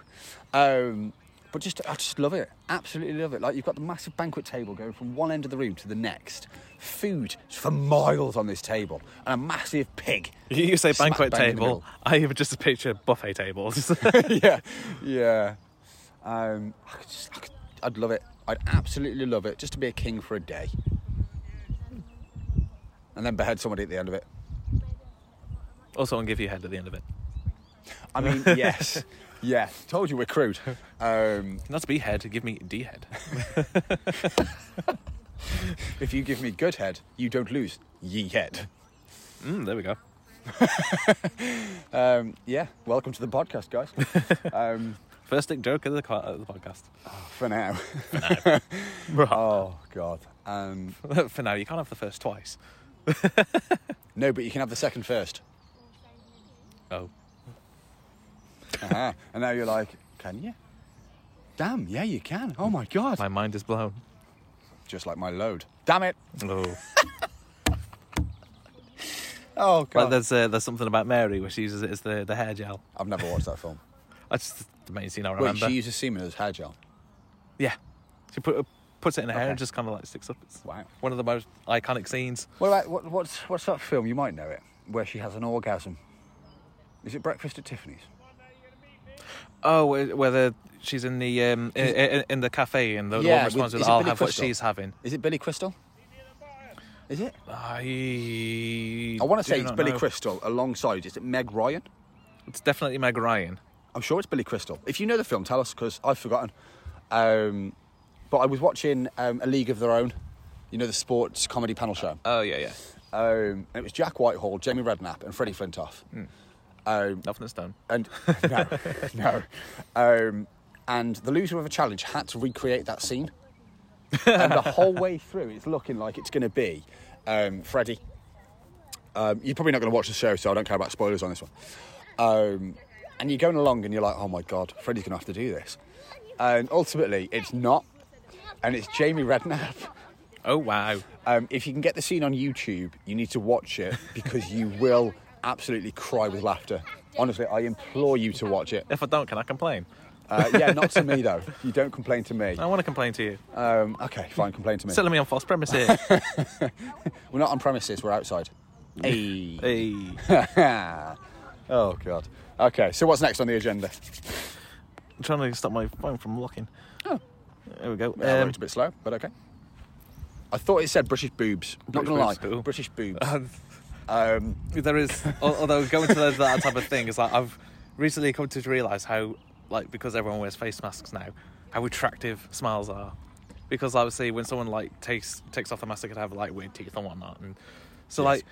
[SPEAKER 2] Um, but just, I just love it. Absolutely love it. Like you've got the massive banquet table going from one end of the room to the next. Food for miles on this table, and a massive pig.
[SPEAKER 1] You say
[SPEAKER 2] smack
[SPEAKER 1] banquet
[SPEAKER 2] bang in the
[SPEAKER 1] table. I have just picture buffet tables.
[SPEAKER 2] middle. yeah, yeah. Um, I could just, I could, I'd love it. I'd absolutely love it just to be a king for a day, and then behead somebody at the end of it.
[SPEAKER 1] also, I'll give you head at the end of it.
[SPEAKER 2] I mean, yes, yeah. Told you we're crude. Um,
[SPEAKER 1] Not to be head, give me D head.
[SPEAKER 2] if you give me good head, you don't lose. Ye head.
[SPEAKER 1] Mm, there we go.
[SPEAKER 2] Um, yeah, welcome to the podcast, guys. um,
[SPEAKER 1] First dick joke of the, co- of the podcast.
[SPEAKER 2] for now. oh God. Um,
[SPEAKER 1] For now, you can't have the first twice.
[SPEAKER 2] no, but you can have the second first.
[SPEAKER 1] Oh.
[SPEAKER 2] Uh-huh. and now you're like, can you? Damn, yeah, you can. Oh my God.
[SPEAKER 1] My mind is blown.
[SPEAKER 2] Just like my load. Damn it.
[SPEAKER 1] Oh.
[SPEAKER 2] Oh
[SPEAKER 1] Well,
[SPEAKER 2] God.
[SPEAKER 1] there's uh, there's something about Mary where she uses it as the, the hair gel.
[SPEAKER 2] I've never watched that film.
[SPEAKER 1] That's just the main scene I
[SPEAKER 2] Wait,
[SPEAKER 1] remember.
[SPEAKER 2] she uses semen as hair gel.
[SPEAKER 1] yeah. She put, uh, puts it in her hair
[SPEAKER 2] Okay.
[SPEAKER 1] and just kind of like sticks up. It's
[SPEAKER 2] Wow.
[SPEAKER 1] One of the most iconic scenes.
[SPEAKER 2] What about what, what's what's that film? You might know it, where she has an orgasm. Is it Breakfast at Tiffany's?
[SPEAKER 1] Oh, wh- whether she's in the um, in, in, in the cafe and the
[SPEAKER 2] Yeah,
[SPEAKER 1] one
[SPEAKER 2] with-
[SPEAKER 1] responds with,
[SPEAKER 2] is it
[SPEAKER 1] "I'll
[SPEAKER 2] Billy
[SPEAKER 1] have
[SPEAKER 2] Crystal?
[SPEAKER 1] what she's having."
[SPEAKER 2] Is it Billy Crystal? Is it?
[SPEAKER 1] I
[SPEAKER 2] I want to say
[SPEAKER 1] do
[SPEAKER 2] it's
[SPEAKER 1] not
[SPEAKER 2] Billy
[SPEAKER 1] know.
[SPEAKER 2] Crystal alongside. Is it Meg Ryan?
[SPEAKER 1] It's definitely Meg Ryan.
[SPEAKER 2] I'm sure it's Billy Crystal. If you know the film, tell us because I've forgotten. Um, but I was watching um, A League of Their Own, you know, the sports comedy panel show.
[SPEAKER 1] Oh yeah, yeah.
[SPEAKER 2] Um, and it was Jack Whitehall, Jamie Redknapp, and Freddie Flintoff.
[SPEAKER 1] Hmm.
[SPEAKER 2] Um,
[SPEAKER 1] Nothing is done.
[SPEAKER 2] and no, no. Um, and the loser of a challenge had to recreate that scene. and the whole way through, it's looking like it's going to be um, Freddie. Um, you're probably not going to watch the show, so I don't care about spoilers on this one. Um, and you're going along and you're like, oh my God, Freddie's going to have to do this. And ultimately, it's not. And it's Jamie Redknapp.
[SPEAKER 1] Oh wow.
[SPEAKER 2] Um, if you can get the scene on YouTube, you need to watch it because you will absolutely cry with laughter. Honestly, I implore you to watch it.
[SPEAKER 1] If I don't, can I complain?
[SPEAKER 2] Uh, yeah, not to me though. You don't complain to me.
[SPEAKER 1] I want to complain to you.
[SPEAKER 2] Um, okay, fine, complain to me.
[SPEAKER 1] Selling me on false premise here.
[SPEAKER 2] We're not on premises. We're outside. Hey.
[SPEAKER 1] hey.
[SPEAKER 2] oh god. Okay, so what's next on the agenda?
[SPEAKER 1] I'm trying to stop my phone from locking.
[SPEAKER 2] Oh,
[SPEAKER 1] There we go.
[SPEAKER 2] well,
[SPEAKER 1] Um,
[SPEAKER 2] it's a bit slow, but okay. I thought it said British boobs. not
[SPEAKER 1] British
[SPEAKER 2] gonna
[SPEAKER 1] boobs,
[SPEAKER 2] lie,
[SPEAKER 1] cool.
[SPEAKER 2] British boobs.
[SPEAKER 1] um, there is, al- although going to those, that type of thing is like I've recently come to realise how, like, because everyone wears face masks now, how attractive smiles are. Because obviously, when someone like takes takes off the mask, they could have like weird teeth and whatnot, and so
[SPEAKER 2] Yes.
[SPEAKER 1] like,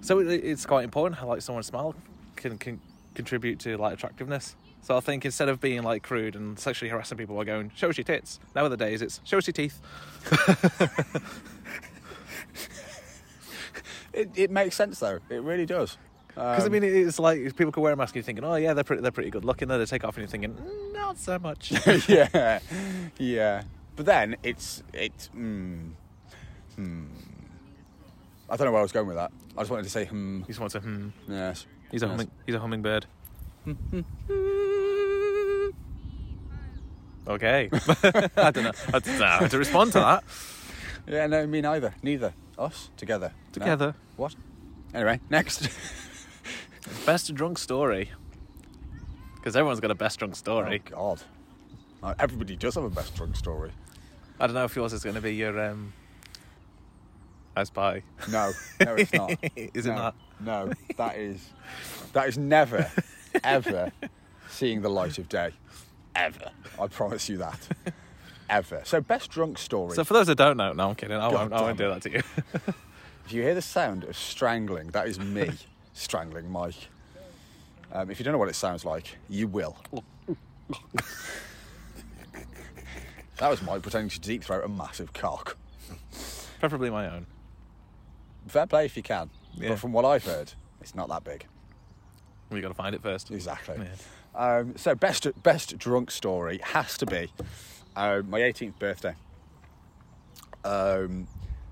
[SPEAKER 1] so it, it's quite important how like someone's smile can can contribute to like attractiveness. So I think instead of being like crude and sexually harassing people by going show us your tits, nowadays it's show us your teeth.
[SPEAKER 2] it, it makes sense though. It really does.
[SPEAKER 1] Because I mean, it's like people can wear a mask and you're thinking, oh yeah, they're pretty, they're pretty good looking. Then they take off and you're thinking, "Mm, not so much.
[SPEAKER 2] yeah, yeah. But then it's it's. Mm, hmm. I don't know where I was going with that. I just wanted to say hmm.
[SPEAKER 1] He's wants a hmm.
[SPEAKER 2] Yes.
[SPEAKER 1] He's a
[SPEAKER 2] Yes.
[SPEAKER 1] humming, he's a hummingbird. okay. I don't know. I don't know how to respond to that.
[SPEAKER 2] Yeah, no, me neither. Neither. Us together. No.
[SPEAKER 1] Together.
[SPEAKER 2] What? Anyway, next.
[SPEAKER 1] Best drunk story. Because everyone's got a best drunk
[SPEAKER 2] oh
[SPEAKER 1] story.
[SPEAKER 2] God. Like, everybody does have a best drunk story.
[SPEAKER 1] I don't know if yours is going to be your um. Ice pie.
[SPEAKER 2] No, no, it's not.
[SPEAKER 1] Is it
[SPEAKER 2] no,
[SPEAKER 1] not?
[SPEAKER 2] No, that is that is never, ever seeing the light of day. Ever. I promise you that. Ever. So best drunk story.
[SPEAKER 1] So for those that don't know, no, I'm kidding. I won't, I
[SPEAKER 2] God
[SPEAKER 1] won't do
[SPEAKER 2] damn
[SPEAKER 1] that to you.
[SPEAKER 2] If you hear the sound of strangling, that is me strangling Mike. Um, if you don't know what it sounds like, you will. that was Mike pretending to deep throat a massive cock.
[SPEAKER 1] preferably my own.
[SPEAKER 2] Fair play if you can.
[SPEAKER 1] Yeah.
[SPEAKER 2] But from what I've heard, it's not that big.
[SPEAKER 1] We got to find it first.
[SPEAKER 2] Exactly.
[SPEAKER 1] Yeah.
[SPEAKER 2] Um, so best best drunk story has to be um, my 18th birthday. Um,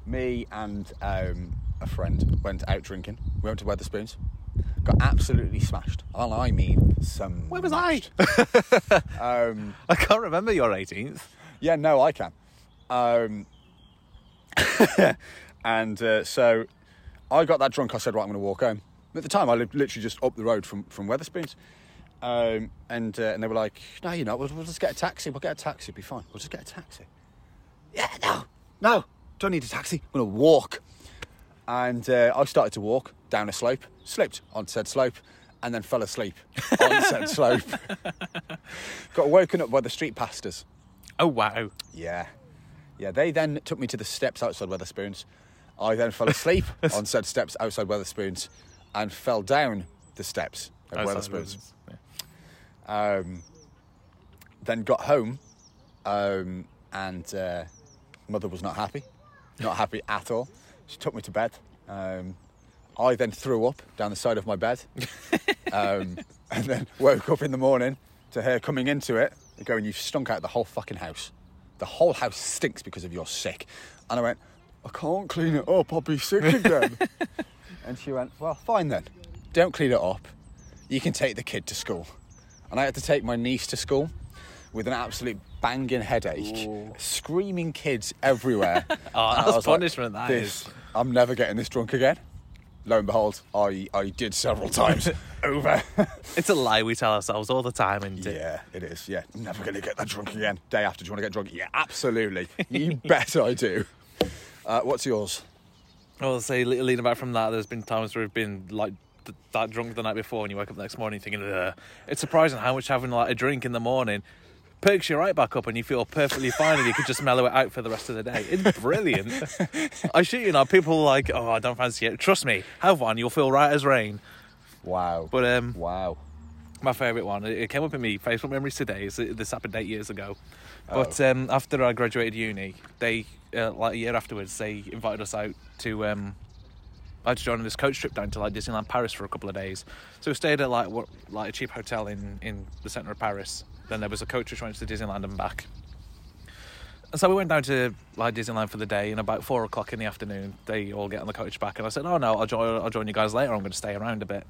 [SPEAKER 2] me and um, a friend went out drinking. We went to Weatherspoons. Got absolutely smashed. And I mean, some.
[SPEAKER 1] Where was I?
[SPEAKER 2] Um,
[SPEAKER 1] I can't remember your 18th.
[SPEAKER 2] yeah, no, I can. Um, and uh, so I got that drunk. I said, right, I'm going to walk home. At the time, I lived literally just up the road from from Weatherspoons. Um, and uh, and they were like, no, you know, we'll, we'll just get a taxi. We'll get a taxi. It'll be fine. We'll just get a taxi. Yeah, no, no, don't need a taxi. I'm going to walk. And uh, I started to walk down a slope, slipped on said slope, and then fell asleep on said slope. Got woken up by the street pastors.
[SPEAKER 1] Oh, wow.
[SPEAKER 2] Yeah. Yeah, they then took me to the steps outside Weatherspoons. I then fell asleep on said steps outside Weatherspoons and fell down the steps of
[SPEAKER 1] Outside
[SPEAKER 2] Weatherspoons.
[SPEAKER 1] Witherspoons. Yeah.
[SPEAKER 2] Um, then got home um, and uh, mother was not happy. Not happy at all. She took me to bed. Um, I then threw up down the side of my bed um, and then woke up in the morning to her coming into it and going, You've stunk out the whole fucking house. The whole house stinks because of your sick. And I went, I can't clean it up. I'll be sick again. and she went, Well, fine then. Don't clean it up. You can take the kid to school. And I had to take my niece to school with an absolute banging headache, screaming kids everywhere. And I
[SPEAKER 1] Oh, that's
[SPEAKER 2] was like,
[SPEAKER 1] punishment, that
[SPEAKER 2] "This-
[SPEAKER 1] is."
[SPEAKER 2] I'm never getting this drunk again. Lo and behold, I, I did several times over.
[SPEAKER 1] It's a lie we tell ourselves all the time, isn't it?
[SPEAKER 2] Yeah, it is. Yeah, I'm never going to get that drunk again. Day after, do you want to get drunk? Yeah, absolutely. You bet I do. Uh, what's yours?
[SPEAKER 1] I'll say, le- leaning back from that, there's been times where I've been like th- that drunk the night before, and you wake up the next morning thinking, Ugh. it's surprising how much having like a drink in the morning perks you right back up, and you feel perfectly fine, and you could just mellow it out for the rest of the day. It's brilliant. I shoot you now. People are like, oh, I don't fancy it. Trust me, have one. You'll feel right as rain.
[SPEAKER 2] Wow.
[SPEAKER 1] But um,
[SPEAKER 2] wow.
[SPEAKER 1] my favourite one. It it came up in me Facebook memories today. It's, this happened eight years ago, but um, after I graduated uni, they uh, like a year afterwards they invited us out to. Um, I had to join on this coach trip down to like Disneyland Paris for a couple of days. So we stayed at like what like a cheap hotel in in the centre of Paris. Then there was a coach which went to Disneyland and back. And so we went down to like Disneyland for the day, and about four o'clock in the afternoon, they all get on the coach back, and I said, "Oh no, I'll join. I'll join you guys later. I'm going to stay around a bit."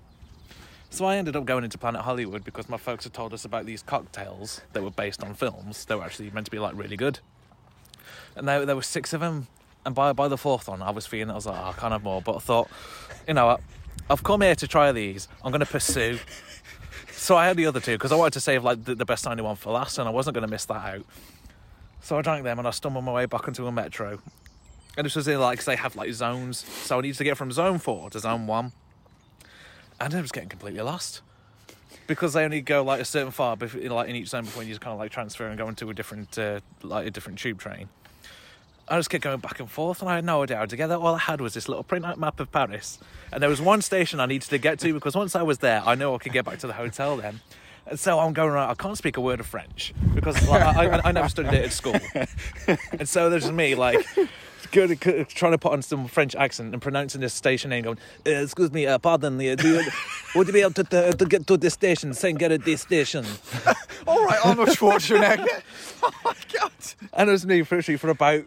[SPEAKER 1] So I ended up going into Planet Hollywood because my folks had told us about these cocktails that were based on films that were actually meant to be like really good. And there, there were six of them. And by, by the fourth one, I was feeling, I was like, oh, I can't have more. But I thought, you know what? I've come here to try these. I'm going to pursue. So I had the other two because I wanted to save like the, the best tiny one for last and I wasn't going to miss that out. So I drank them and I stumbled my way back onto a metro. And this was in like, they have like zones. So I needed to get from zone four to zone one and I was getting completely lost because they only go like a certain far, bef- like in each zone before you just kind of like transfer and go into a different, uh, like a different tube train. I just kept going back and forth, and I had no idea how to get there. All I had was this little printout map of Paris, and there was one station I needed to get to because once I was there, I knew I could get back to the hotel then. And so I'm going around. I can't speak a word of French because like, I, I, I never studied it at school, and so there's me like good, good, trying to put on some French accent and pronouncing this station name, going, uh, "Excuse me, uh, pardon, uh, do you, would you be able to, to, to get to this station? Saint Gerardis station."
[SPEAKER 2] All right, Arnold Schwarzenegger. oh my god.
[SPEAKER 1] And it was me literally for about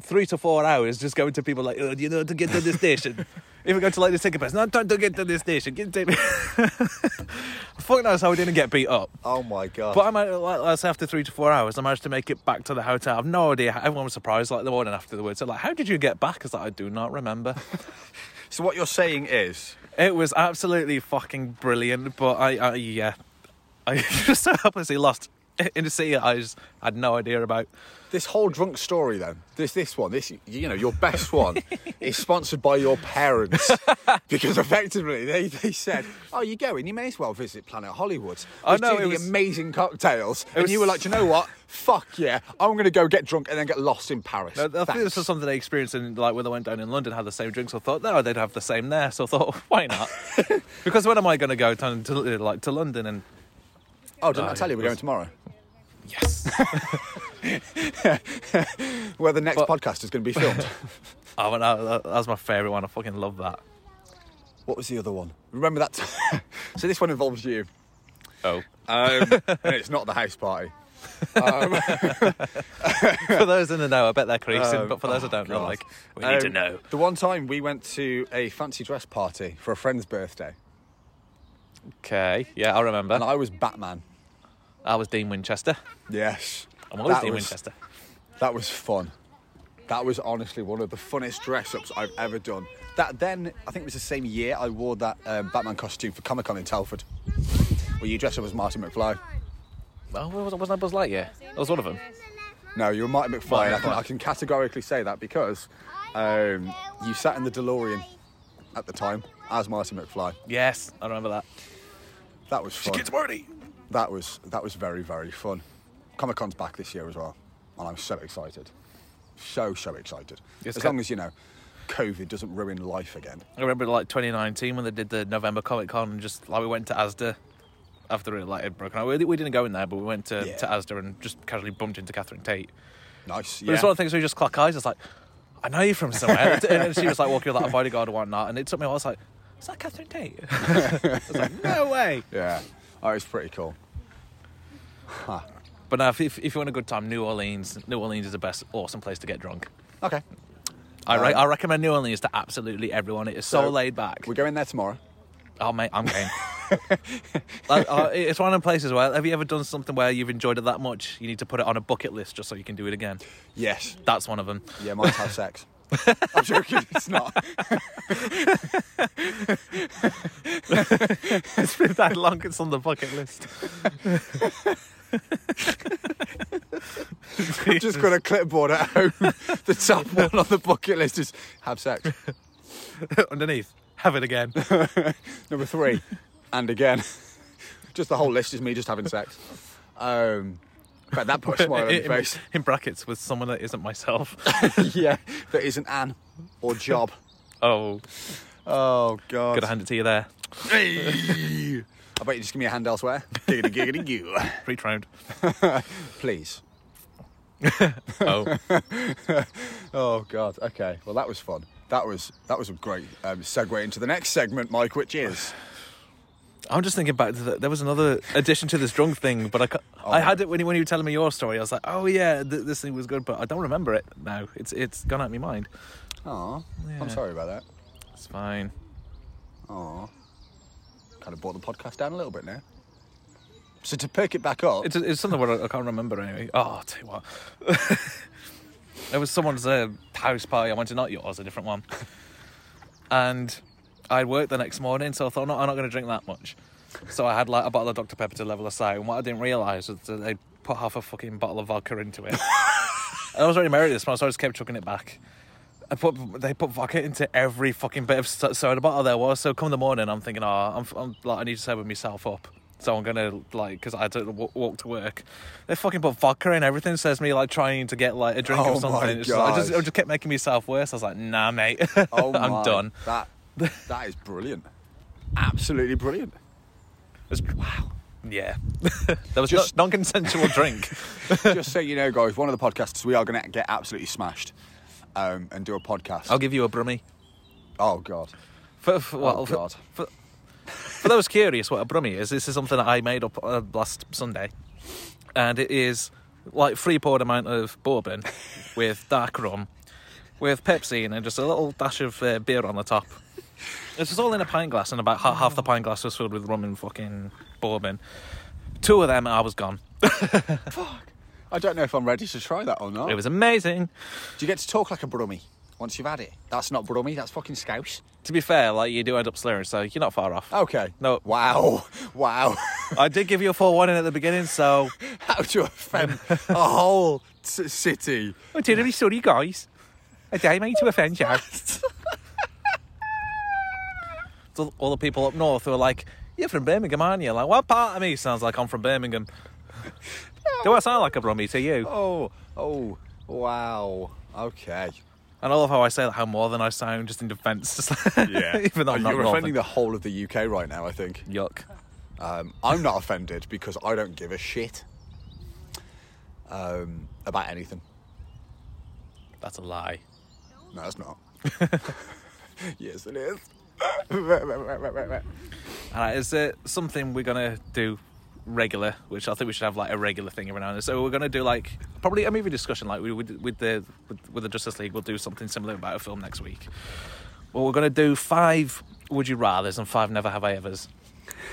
[SPEAKER 1] three to four hours just going to people like, oh, you know, to get to this station. Even go to like the ticket person, no, time to get to this station. Get to Fuck knows how I didn't get beat up.
[SPEAKER 2] Oh my god.
[SPEAKER 1] But I managed, like, like I say, after three to four hours, I managed to make it back to the hotel. I've no idea. how- Everyone was surprised, like the morning afterwards. So, like, how did you get back? Because like, I do not remember.
[SPEAKER 2] so what you're saying is,
[SPEAKER 1] It was absolutely fucking brilliant, but I, I yeah, I just so obviously lost in the sea. I just had no idea about.
[SPEAKER 2] this whole drunk story then this this one this you know your best one is sponsored by your parents because effectively they, they said oh you going you may as well visit planet hollywood
[SPEAKER 1] I
[SPEAKER 2] I
[SPEAKER 1] know,
[SPEAKER 2] know
[SPEAKER 1] it
[SPEAKER 2] the
[SPEAKER 1] was-
[SPEAKER 2] amazing cocktails and
[SPEAKER 1] was-
[SPEAKER 2] you were like "Do you know what fuck yeah i'm gonna go get drunk and then get lost in paris
[SPEAKER 1] I think this was
[SPEAKER 2] Thanks."
[SPEAKER 1] something I experienced in like when I went down in London, had the same drinks. I thought no, they'd have the same there, so I thought why not? because when am I going to go down to like to London and
[SPEAKER 2] oh didn't i
[SPEAKER 1] Oh,
[SPEAKER 2] tell you we're
[SPEAKER 1] it
[SPEAKER 2] going
[SPEAKER 1] was-
[SPEAKER 2] tomorrow
[SPEAKER 1] yes,
[SPEAKER 2] where the next
[SPEAKER 1] But-
[SPEAKER 2] podcast is going to be filmed
[SPEAKER 1] Oh, but that, that, that's my favourite one. I fucking love that.
[SPEAKER 2] What was the other one? Remember that? so this one involves you.
[SPEAKER 1] Oh.
[SPEAKER 2] Um, and it's not the house party. Um,
[SPEAKER 1] for those in the know, I bet they're creasing, but for those
[SPEAKER 2] oh,
[SPEAKER 1] who don't know,
[SPEAKER 2] God.
[SPEAKER 1] like, we need to
[SPEAKER 2] Um,
[SPEAKER 1] know.
[SPEAKER 2] The one time we went to a fancy dress party for a friend's birthday,
[SPEAKER 1] Okay, yeah, I remember.
[SPEAKER 2] and I was Batman.
[SPEAKER 1] I was Dean Winchester.
[SPEAKER 2] Yes.
[SPEAKER 1] I'm always
[SPEAKER 2] That
[SPEAKER 1] Dean
[SPEAKER 2] was-
[SPEAKER 1] Winchester.
[SPEAKER 2] That was fun. That was honestly one of the funnest dress ups I've ever done. That then, I think it was the same year I wore that um, Batman costume for Comic Con in Telford, where you dressed up as Martin McFly.
[SPEAKER 1] Oh, was, wasn't that Buzz Lightyear? That was one of them.
[SPEAKER 2] No, you were Martin McFly, and I can, I can categorically say that because um, you sat in the DeLorean at the time as Martin McFly.
[SPEAKER 1] Yes, I remember that.
[SPEAKER 2] That was fun.
[SPEAKER 1] wordy.
[SPEAKER 2] That was that was very very fun. Comic Con's back this year as well, and I'm so excited, so so excited.
[SPEAKER 1] Yes,
[SPEAKER 2] as
[SPEAKER 1] Ca-
[SPEAKER 2] long as you know, COVID doesn't ruin life again.
[SPEAKER 1] I remember like 2019 when they did the November Comic Con and just like we went to ASDA after it like had broken out. We, we didn't go in there, but we went to,
[SPEAKER 2] Yeah.
[SPEAKER 1] to ASDA and just casually bumped into Catherine Tate.
[SPEAKER 2] Nice.
[SPEAKER 1] But
[SPEAKER 2] Yeah.
[SPEAKER 1] It's one of the things where you just clock eyes. It's like, I know you from somewhere. and, and she was like walking with like, a bodyguard and whatnot, and it took me. a while, I was like, is that Catherine Tate? I was like, no way.
[SPEAKER 2] yeah. Oh, it's pretty cool.
[SPEAKER 1] But no, if, if, if you want a good time, New Orleans, New Orleans is the best, awesome place to get drunk.
[SPEAKER 2] Okay.
[SPEAKER 1] I, re-
[SPEAKER 2] Um,
[SPEAKER 1] I recommend New Orleans to absolutely everyone. It is so,
[SPEAKER 2] so
[SPEAKER 1] laid back.
[SPEAKER 2] We're going there tomorrow.
[SPEAKER 1] Oh mate, I'm game. Like, uh, it's one of them places where have you ever done something where you've enjoyed it that much? You need to put it on a bucket list just so you can do it again.
[SPEAKER 2] Yes.
[SPEAKER 1] That's one of them.
[SPEAKER 2] Yeah, mine's have sex. I'm joking. It's not.
[SPEAKER 1] it's been that long. It's on the bucket list.
[SPEAKER 2] Just got a clipboard at home. The top one on the bucket list is have sex.
[SPEAKER 1] underneath. Have it again.
[SPEAKER 2] Number three, and again. Just the whole list is me just having sex. Um, but that put a smile on
[SPEAKER 1] in,
[SPEAKER 2] your face.
[SPEAKER 1] in brackets with someone that isn't myself.
[SPEAKER 2] yeah, that isn't Anne or Job.
[SPEAKER 1] oh,
[SPEAKER 2] Oh God!
[SPEAKER 1] gotta hand it to you there.
[SPEAKER 2] Hey! I bet you just give me a hand elsewhere. Giggity giggity goo,
[SPEAKER 1] Free round.
[SPEAKER 2] please.
[SPEAKER 1] Oh,
[SPEAKER 2] Oh God. Okay. Well, that was fun. That was that was a great um, segue into the next segment, Mike, which is
[SPEAKER 1] I'm just thinking back. To the, there was another addition to this drunk thing, but I, ca- I had it when you, when you were telling me your story. I was like, oh yeah, th- this thing was good, but I don't remember it now. It's it's gone out of my mind.
[SPEAKER 2] Aw,
[SPEAKER 1] Yeah.
[SPEAKER 2] I'm sorry about that.
[SPEAKER 1] It's fine.
[SPEAKER 2] Aw. Kind of brought the podcast down a little bit now. So to pick it back up,
[SPEAKER 1] It's, it's something where I, I can't remember anyway. Oh, I'll tell you what. there was someone's uh, house party. I went to not yours, a different one. And I worked the next morning, so I thought, no, I'm not going to drink that much. So I had like a bottle of Dr. Pepper to level us out. And what I didn't realise was that they put half a fucking bottle of vodka into it. and I was already married at this point, so I just kept chucking it back. I put they put vodka into every fucking bit of so- soda bottle there was. So come the morning, I'm thinking, oh, I'm, I'm like, I need to sober myself up. So I'm gonna like, cause I had to w- walk to work. They fucking put vodka in everything. Says me like trying to get like a drink
[SPEAKER 2] Oh
[SPEAKER 1] or
[SPEAKER 2] my
[SPEAKER 1] something. It's just- I just, I
[SPEAKER 2] gosh.
[SPEAKER 1] just kept making myself worse. I was like, nah, mate,
[SPEAKER 2] oh
[SPEAKER 1] I'm
[SPEAKER 2] my,
[SPEAKER 1] done.
[SPEAKER 2] That that is brilliant. Absolutely brilliant.
[SPEAKER 1] It was- wow. Yeah. that was
[SPEAKER 2] Just-
[SPEAKER 1] just non-consensual drink.
[SPEAKER 2] Just so you know, guys, one of the podcasts we are going to get absolutely smashed um, and do a podcast.
[SPEAKER 1] I'll give you a brummy.
[SPEAKER 2] Oh God.
[SPEAKER 1] For, for, well,
[SPEAKER 2] Oh,
[SPEAKER 1] for-
[SPEAKER 2] God.
[SPEAKER 1] For, for those curious what a brummy is, this is something that I made up uh, last Sunday. And it is like three poured amount of bourbon with dark rum, with Pepsi, and then just a little dash of uh, beer on the top. This was all in a pint glass, and about ha- half the pint glass was filled with rum and fucking bourbon. Two of them, I was gone.
[SPEAKER 2] I don't know if I'm ready to try that or not.
[SPEAKER 1] It was amazing.
[SPEAKER 2] Do you get to talk like a brummy once you've had it? That's not brummy. That's fucking scouse.
[SPEAKER 1] To be fair, like you do end up slurring, so you're not far off.
[SPEAKER 2] Okay.
[SPEAKER 1] No.
[SPEAKER 2] Wow. Wow.
[SPEAKER 1] I did give you a four warning at the beginning, so
[SPEAKER 2] How to offend a whole t- city?
[SPEAKER 1] I'm terribly sorry, guys. I dare me to offend you. so all the people up north who are like, "You're from Birmingham, aren't you?" Like, what part of me sounds like I'm from Birmingham? Do I sound like a brummie to you?
[SPEAKER 2] Oh, oh, wow. Okay.
[SPEAKER 1] And all of how I say that, how more than I sound, just in defence. Just even though I'm not
[SPEAKER 2] You're offending
[SPEAKER 1] northern.
[SPEAKER 2] the whole of the UK right now, I think.
[SPEAKER 1] Yuck.
[SPEAKER 2] Um, I'm not offended because I don't give a shit um, about anything.
[SPEAKER 1] That's a lie.
[SPEAKER 2] No, that's not. yes, it is.
[SPEAKER 1] All right, is it something we're gonna do regular? Which I think we should have like a regular thing every now and then. So we're gonna do like probably a movie discussion, like we with with the with, with the Justice League. We'll do something similar about a film next week. Well, we're gonna do five would you rather's and five never have I ever's,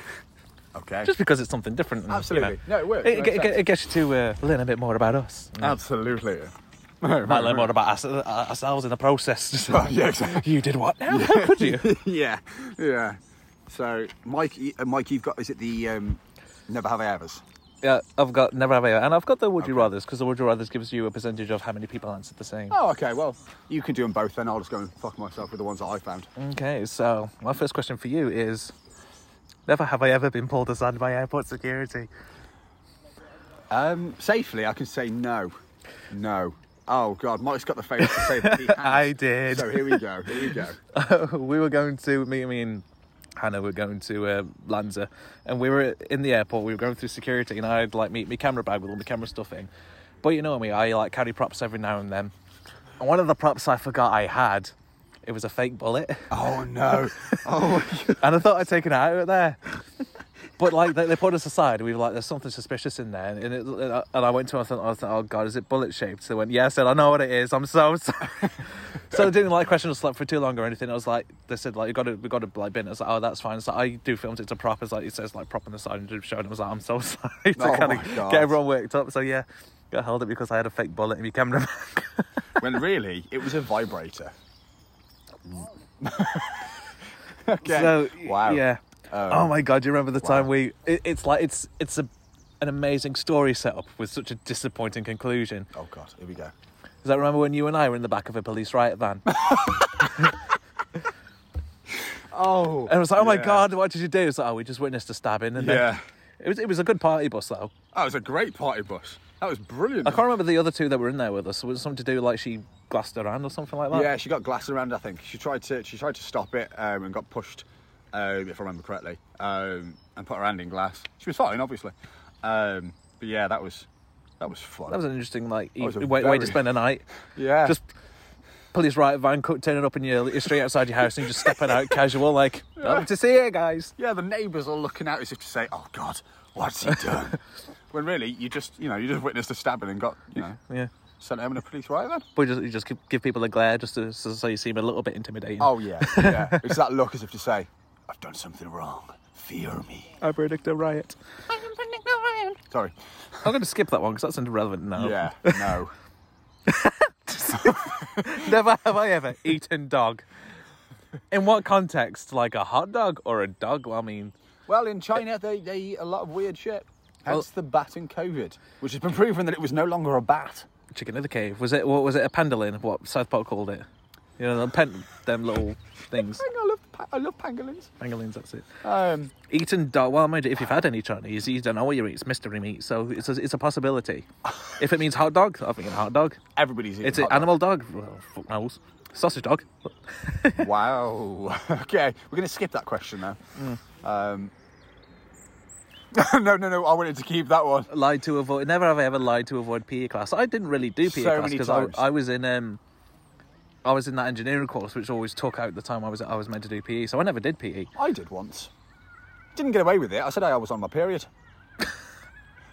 [SPEAKER 2] okay.
[SPEAKER 1] just because it's something different. and, you know,
[SPEAKER 2] Absolutely. No, it works.
[SPEAKER 1] It,
[SPEAKER 2] It
[SPEAKER 1] it-
[SPEAKER 2] makes
[SPEAKER 1] it gets you to uh, learn a bit more about us. You know,
[SPEAKER 2] Absolutely.
[SPEAKER 1] Might learn more about ours- uh, ourselves in the process. Just
[SPEAKER 2] Oh,
[SPEAKER 1] like,
[SPEAKER 2] yeah, exactly.
[SPEAKER 1] You did what? Now? How could you?
[SPEAKER 2] yeah, yeah. So, Mike, you- uh, Mike, you've got is it the um, Never Have I Ever's?
[SPEAKER 1] Yeah, I've got never have I ever, and I've got the would you
[SPEAKER 2] Okay.
[SPEAKER 1] rather's because the would you rather's gives you a percentage of how many people answered the same.
[SPEAKER 2] Oh, okay. Well, you can do them both. Then I'll just go and fuck myself with the ones that I found.
[SPEAKER 1] Okay, so my first question for you is: Never have I ever been pulled aside by airport security.
[SPEAKER 2] Um, safely, I can say no, no. Oh God, Mike's got the face to say that he has.
[SPEAKER 1] I did.
[SPEAKER 2] So here we go. Here we go.
[SPEAKER 1] we were going to me, me and Hannah were going to uh, Lanza, and we were in the airport. We were going through security, and I'd like me, me camera bag with all my camera stuff in. But you know me, I like carry props every now and then. And one of the props I forgot I had, it was a fake bullet.
[SPEAKER 2] Oh no. Oh. my God.
[SPEAKER 1] and I thought I'd taken it out of there. But like they, they put us aside, and we were like, "There's something suspicious in there," and, it, and I- and I went to them, I thought, I thought, "Oh God, is it bullet shaped?" They went, "Yeah." I said, "I know what it is. I'm so sorry." so I didn't like question or slept for too long or anything. I was like, they said like, "You got to, we got to like bin." I was like, "Oh, that's fine." So I do films it to prop. It's like it says like prop on the side and just showing. I was like, "I'm so sorry to
[SPEAKER 2] Oh,
[SPEAKER 1] kind
[SPEAKER 2] my
[SPEAKER 1] of
[SPEAKER 2] God.
[SPEAKER 1] get everyone worked up." So yeah, got held up because I had a fake bullet in my camera.
[SPEAKER 2] when really, it was a vibrator. okay.
[SPEAKER 1] So
[SPEAKER 2] wow.
[SPEAKER 1] Yeah.
[SPEAKER 2] Um,
[SPEAKER 1] oh my god! Do you remember the time
[SPEAKER 2] wow.
[SPEAKER 1] we? It, it's like it's it's a an amazing story set up with such a disappointing conclusion.
[SPEAKER 2] Oh God. Here we go.
[SPEAKER 1] Does that remember when you and I were in the back of a police riot van? And
[SPEAKER 2] Oh.
[SPEAKER 1] it was like, oh my god, what did you do? It's like, oh, we just witnessed a stabbing. And
[SPEAKER 2] Yeah.
[SPEAKER 1] then it was it was a good party bus though.
[SPEAKER 2] That was a great party bus. That was brilliant.
[SPEAKER 1] I can't remember the other two that were in there with us. It was something to do like she glassed her hand or something like that.
[SPEAKER 2] Yeah, she got glass around. I think she tried to she tried to stop it um, and got pushed, um, if I remember correctly, um, and put her hand in glass. She was fine, obviously. Um, but yeah, that was that was fun.
[SPEAKER 1] That was an interesting like
[SPEAKER 2] was a
[SPEAKER 1] e- way, way to
[SPEAKER 2] very-
[SPEAKER 1] spend a night.
[SPEAKER 2] yeah,
[SPEAKER 1] Just police riot van co- turning up in your, your street outside your house and just stepping out casual like, "Love to see you guys.
[SPEAKER 2] yeah. The neighbours are looking out as if to say, "Oh God, what's he done?" when really, you just you know you just witnessed a stabbing and got you know
[SPEAKER 1] Yeah.
[SPEAKER 2] sent home in a police riot. Then
[SPEAKER 1] But just, you just give, give people a glare just to, so, so you seem a little bit intimidating.
[SPEAKER 2] oh yeah, yeah. it's that look as if to say, "I've done something wrong. Fear me."
[SPEAKER 1] I predict a riot.
[SPEAKER 2] Sorry.
[SPEAKER 1] I'm going to skip that one because that's irrelevant now.
[SPEAKER 2] Yeah. No.
[SPEAKER 1] Never have I ever eaten dog. In what context? Like a hot dog or a dog? Well, I mean,
[SPEAKER 2] Well, in China, they, they eat a lot of weird shit. Hence
[SPEAKER 1] Well-
[SPEAKER 2] the bat and COVID, which has been proven that it was no longer a bat.
[SPEAKER 1] chicken of the cave. Was it? What was it? A pangolin? What South Park called it? You know, the pen, them little things.
[SPEAKER 2] I love, pa- I love pangolins.
[SPEAKER 1] Pangolins. That's it.
[SPEAKER 2] Um,
[SPEAKER 1] Eaten dog. Well, I mean, if you've had any Chinese, you don't know what you eat. It's mystery meat, so it's a, it's a possibility. If it means hot dog, I'm thinking hot dog.
[SPEAKER 2] everybody's eating
[SPEAKER 1] It's
[SPEAKER 2] hot
[SPEAKER 1] an animal dog. Well, fuck knows. Sausage dog.
[SPEAKER 2] dog. Wow. okay, we're going to skip that question now. Um, no, no, no. I wanted to keep that one.
[SPEAKER 1] lied to avoid. Never have I ever lied to avoid PE class. I didn't really do PE
[SPEAKER 2] So
[SPEAKER 1] class
[SPEAKER 2] many
[SPEAKER 1] because I,
[SPEAKER 2] times.
[SPEAKER 1] I was in um, I was in that engineering course which always took out the time I was I was meant to do PE, so I never did PE.
[SPEAKER 2] I did once. Didn't get away with it. I said I was on my period.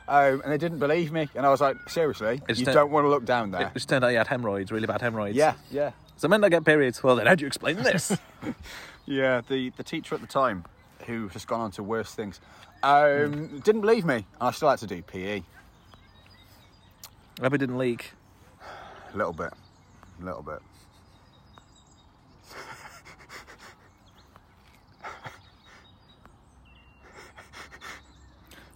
[SPEAKER 2] um, and they didn't believe me. And I was like, seriously,
[SPEAKER 1] It's
[SPEAKER 2] you
[SPEAKER 1] the-
[SPEAKER 2] don't want to look down there.
[SPEAKER 1] Which turned out you had hemorrhoids, really bad hemorrhoids.
[SPEAKER 2] Yeah, yeah.
[SPEAKER 1] So men don't get periods. Well, then how do you explain this?
[SPEAKER 2] Yeah, the, the teacher at the time, who has gone on to worse things, um, didn't believe me. And I still had to do E, PE.
[SPEAKER 1] Rubber didn't leak.
[SPEAKER 2] A little bit. A little bit.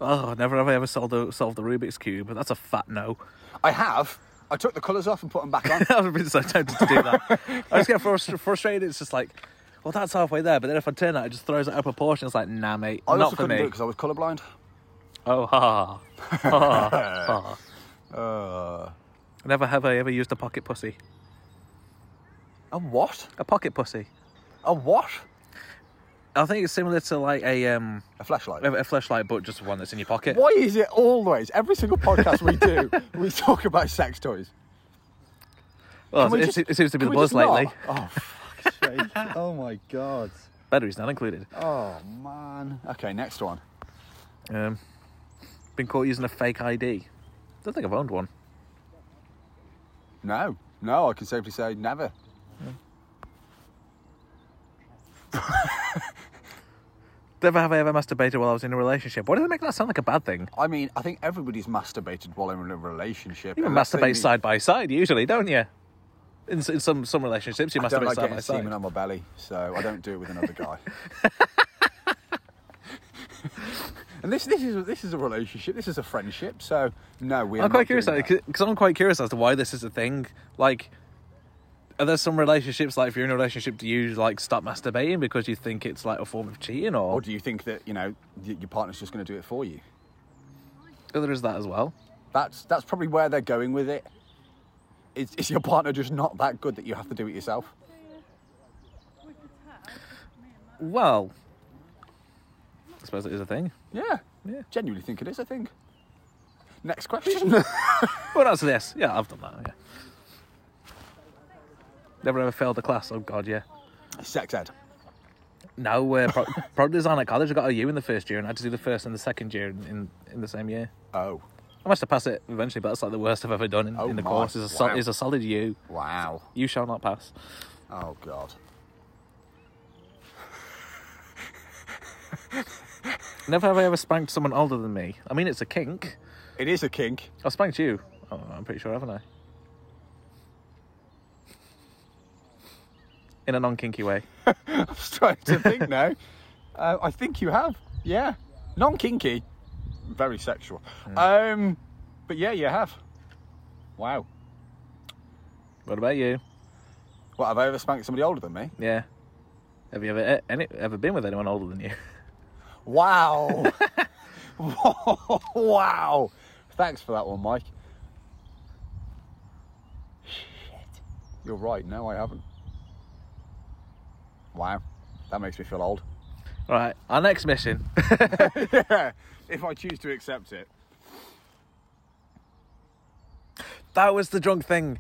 [SPEAKER 1] Oh, never have I ever solved the solved the Rubik's cube. That's a fat no.
[SPEAKER 2] I have. I took the colours off and put them back on.
[SPEAKER 1] I've been so tempted to do that. I just get frust- frustrated. It's just like, well, that's halfway there. But then if I turn that, it just throws it out of proportion. It's like, nah, mate,
[SPEAKER 2] I
[SPEAKER 1] not
[SPEAKER 2] also
[SPEAKER 1] for
[SPEAKER 2] couldn't do it
[SPEAKER 1] me.
[SPEAKER 2] because I was colourblind.
[SPEAKER 1] Oh, ha, ha, ha, ha.
[SPEAKER 2] Uh,
[SPEAKER 1] Never have I ever used a pocket pussy.
[SPEAKER 2] a what?
[SPEAKER 1] A pocket pussy.
[SPEAKER 2] A what?
[SPEAKER 1] I think it's similar to like a um
[SPEAKER 2] A flashlight.
[SPEAKER 1] a, a flashlight, but just one that's in your pocket.
[SPEAKER 2] Why is it always, every single podcast we do, we talk about sex toys?
[SPEAKER 1] Well,
[SPEAKER 2] Can we
[SPEAKER 1] it,
[SPEAKER 2] just-
[SPEAKER 1] it seems to be
[SPEAKER 2] can
[SPEAKER 1] the
[SPEAKER 2] we
[SPEAKER 1] buzz
[SPEAKER 2] just not?
[SPEAKER 1] lately.
[SPEAKER 2] Oh, fuck's sake. oh my god.
[SPEAKER 1] Batteries not included.
[SPEAKER 2] Oh man. Okay, next one.
[SPEAKER 1] Um, been caught using a fake ID. Don't think I've owned one.
[SPEAKER 2] No, no, I can safely say never.
[SPEAKER 1] Never have I ever masturbated while I was in a relationship. Why do they make that sound like a bad thing?
[SPEAKER 2] I mean, I think everybody's masturbated while in a relationship.
[SPEAKER 1] You
[SPEAKER 2] unless they
[SPEAKER 1] masturbate
[SPEAKER 2] meet-
[SPEAKER 1] side by side usually, don't you? In, s- in some some relationships, you
[SPEAKER 2] I don't
[SPEAKER 1] masturbate
[SPEAKER 2] like
[SPEAKER 1] side by
[SPEAKER 2] getting
[SPEAKER 1] side.
[SPEAKER 2] semen on my belly, so I don't do it with another guy. and this this is this is a relationship. This is a friendship. So no, we. are
[SPEAKER 1] I'm quite
[SPEAKER 2] not doing
[SPEAKER 1] curious
[SPEAKER 2] that.
[SPEAKER 1] because I'm quite curious as to why this is a thing. Like, are there some relationships like if you're in a relationship, do you like stop masturbating because you think it's like a form of cheating, or,
[SPEAKER 2] Or do you think that you know y- your partner's just going to do it for you?
[SPEAKER 1] there is that as well?
[SPEAKER 2] That's that's probably where they're going with it. Is, is your partner just not that good that you have to do it yourself?
[SPEAKER 1] Well, I suppose it is a thing.
[SPEAKER 2] Yeah.
[SPEAKER 1] Yeah.
[SPEAKER 2] Genuinely think it is. I think. Next question.
[SPEAKER 1] What else is this? Yeah, I've done that. Yeah. Never ever failed a class. Oh God, yeah.
[SPEAKER 2] Sex ed.
[SPEAKER 1] No, uh, pro- product design at college. I got a U in the first year, and I had to do the first and the second year in, in, in the same year.
[SPEAKER 2] Oh.
[SPEAKER 1] I must have passed it eventually, but that's like the worst I've ever done in,
[SPEAKER 2] Oh
[SPEAKER 1] in the
[SPEAKER 2] my,
[SPEAKER 1] course. Is a, sol-
[SPEAKER 2] wow.
[SPEAKER 1] is a solid U.
[SPEAKER 2] Wow.
[SPEAKER 1] You shall not pass.
[SPEAKER 2] Oh God.
[SPEAKER 1] Never have I ever spanked someone older than me. I mean, it's a kink.
[SPEAKER 2] It is a kink.
[SPEAKER 1] I spanked you. Oh, I'm pretty sure, haven't I? In a non-kinky way.
[SPEAKER 2] I'm just trying to think now. Uh, I think you have. Yeah. Non kinky. Very sexual. Um, but yeah, you have. Wow.
[SPEAKER 1] What about you?
[SPEAKER 2] What, have I ever spanked somebody older than me?
[SPEAKER 1] Yeah. Have you ever e- any, ever been with anyone older than you?
[SPEAKER 2] Wow. wow. Thanks for that one, Mike. Shit. You're right. No, I haven't. Wow. That makes me feel old.
[SPEAKER 1] All right. Our next mission.
[SPEAKER 2] if I choose to accept it.
[SPEAKER 1] that was the drunk thing.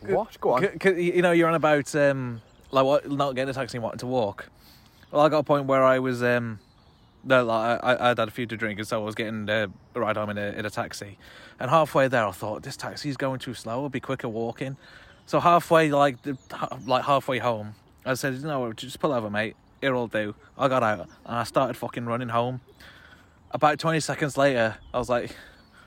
[SPEAKER 2] What? Go on.
[SPEAKER 1] C- c- you know, you're on about um, like what, not getting a taxi and wanting to walk. Well, I got a point where I was um, no, like I, I- I'd had a few to drink, and so I was getting uh, a ride home in a, in a taxi. And halfway there, I thought this taxi's going too slow. I'll be quicker walking. So halfway, like the, ha- like halfway home, I said, you know, what, just pull over, mate. It'll do. I got out and I started fucking running home. About 20 seconds later, I was like,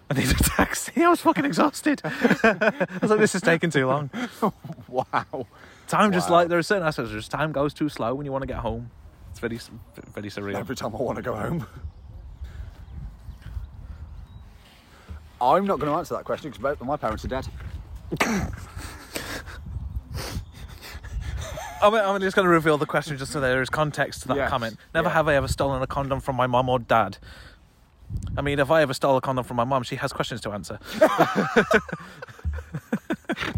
[SPEAKER 1] I need a taxi. I was fucking exhausted. I was like, this is taking too long.
[SPEAKER 2] Wow.
[SPEAKER 1] Time just
[SPEAKER 2] Wow.
[SPEAKER 1] like there are certain aspects. Just time goes too slow when you want to get home. It's very, s- very surreal.
[SPEAKER 2] Every time I want to go home. I'm not going to answer that question because both of my parents are dead.
[SPEAKER 1] I'm, I'm just going to reveal the question just so there is context to that
[SPEAKER 2] Yes,
[SPEAKER 1] comment. Never
[SPEAKER 2] yes.
[SPEAKER 1] have I ever stolen a condom from my mum or dad. I mean, if I ever stole a condom from my mum, she has questions to answer.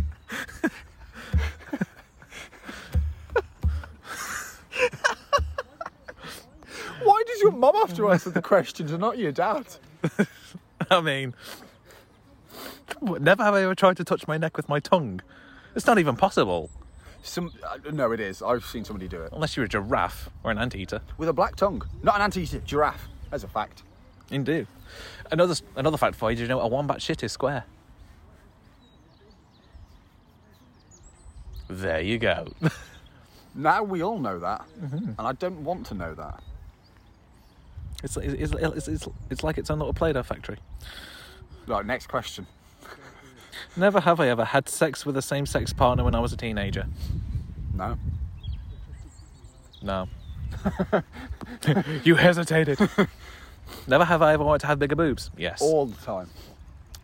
[SPEAKER 2] Why does your mum have to answer the questions and not your dad?
[SPEAKER 1] I mean, never have I ever tried to touch my neck with my tongue. It's not even possible
[SPEAKER 2] Some uh, no, it is. I've seen somebody do it
[SPEAKER 1] unless you're a giraffe or an anteater.
[SPEAKER 2] with a black tongue, not an anteater, giraffe. That's a fact.
[SPEAKER 1] Indeed. Another s- another fact for you. Do you know a wombat shit is square? There you go.
[SPEAKER 2] Now we all know that, and I don't want to know that.
[SPEAKER 1] It's it's, it's it's it's like its own little Play-Doh factory.
[SPEAKER 2] Right, next question.
[SPEAKER 1] Never have I ever had sex with a same-sex partner when I was a teenager.
[SPEAKER 2] No.
[SPEAKER 1] No. you hesitated. Never have I ever wanted to have bigger boobs. Yes.
[SPEAKER 2] All the time.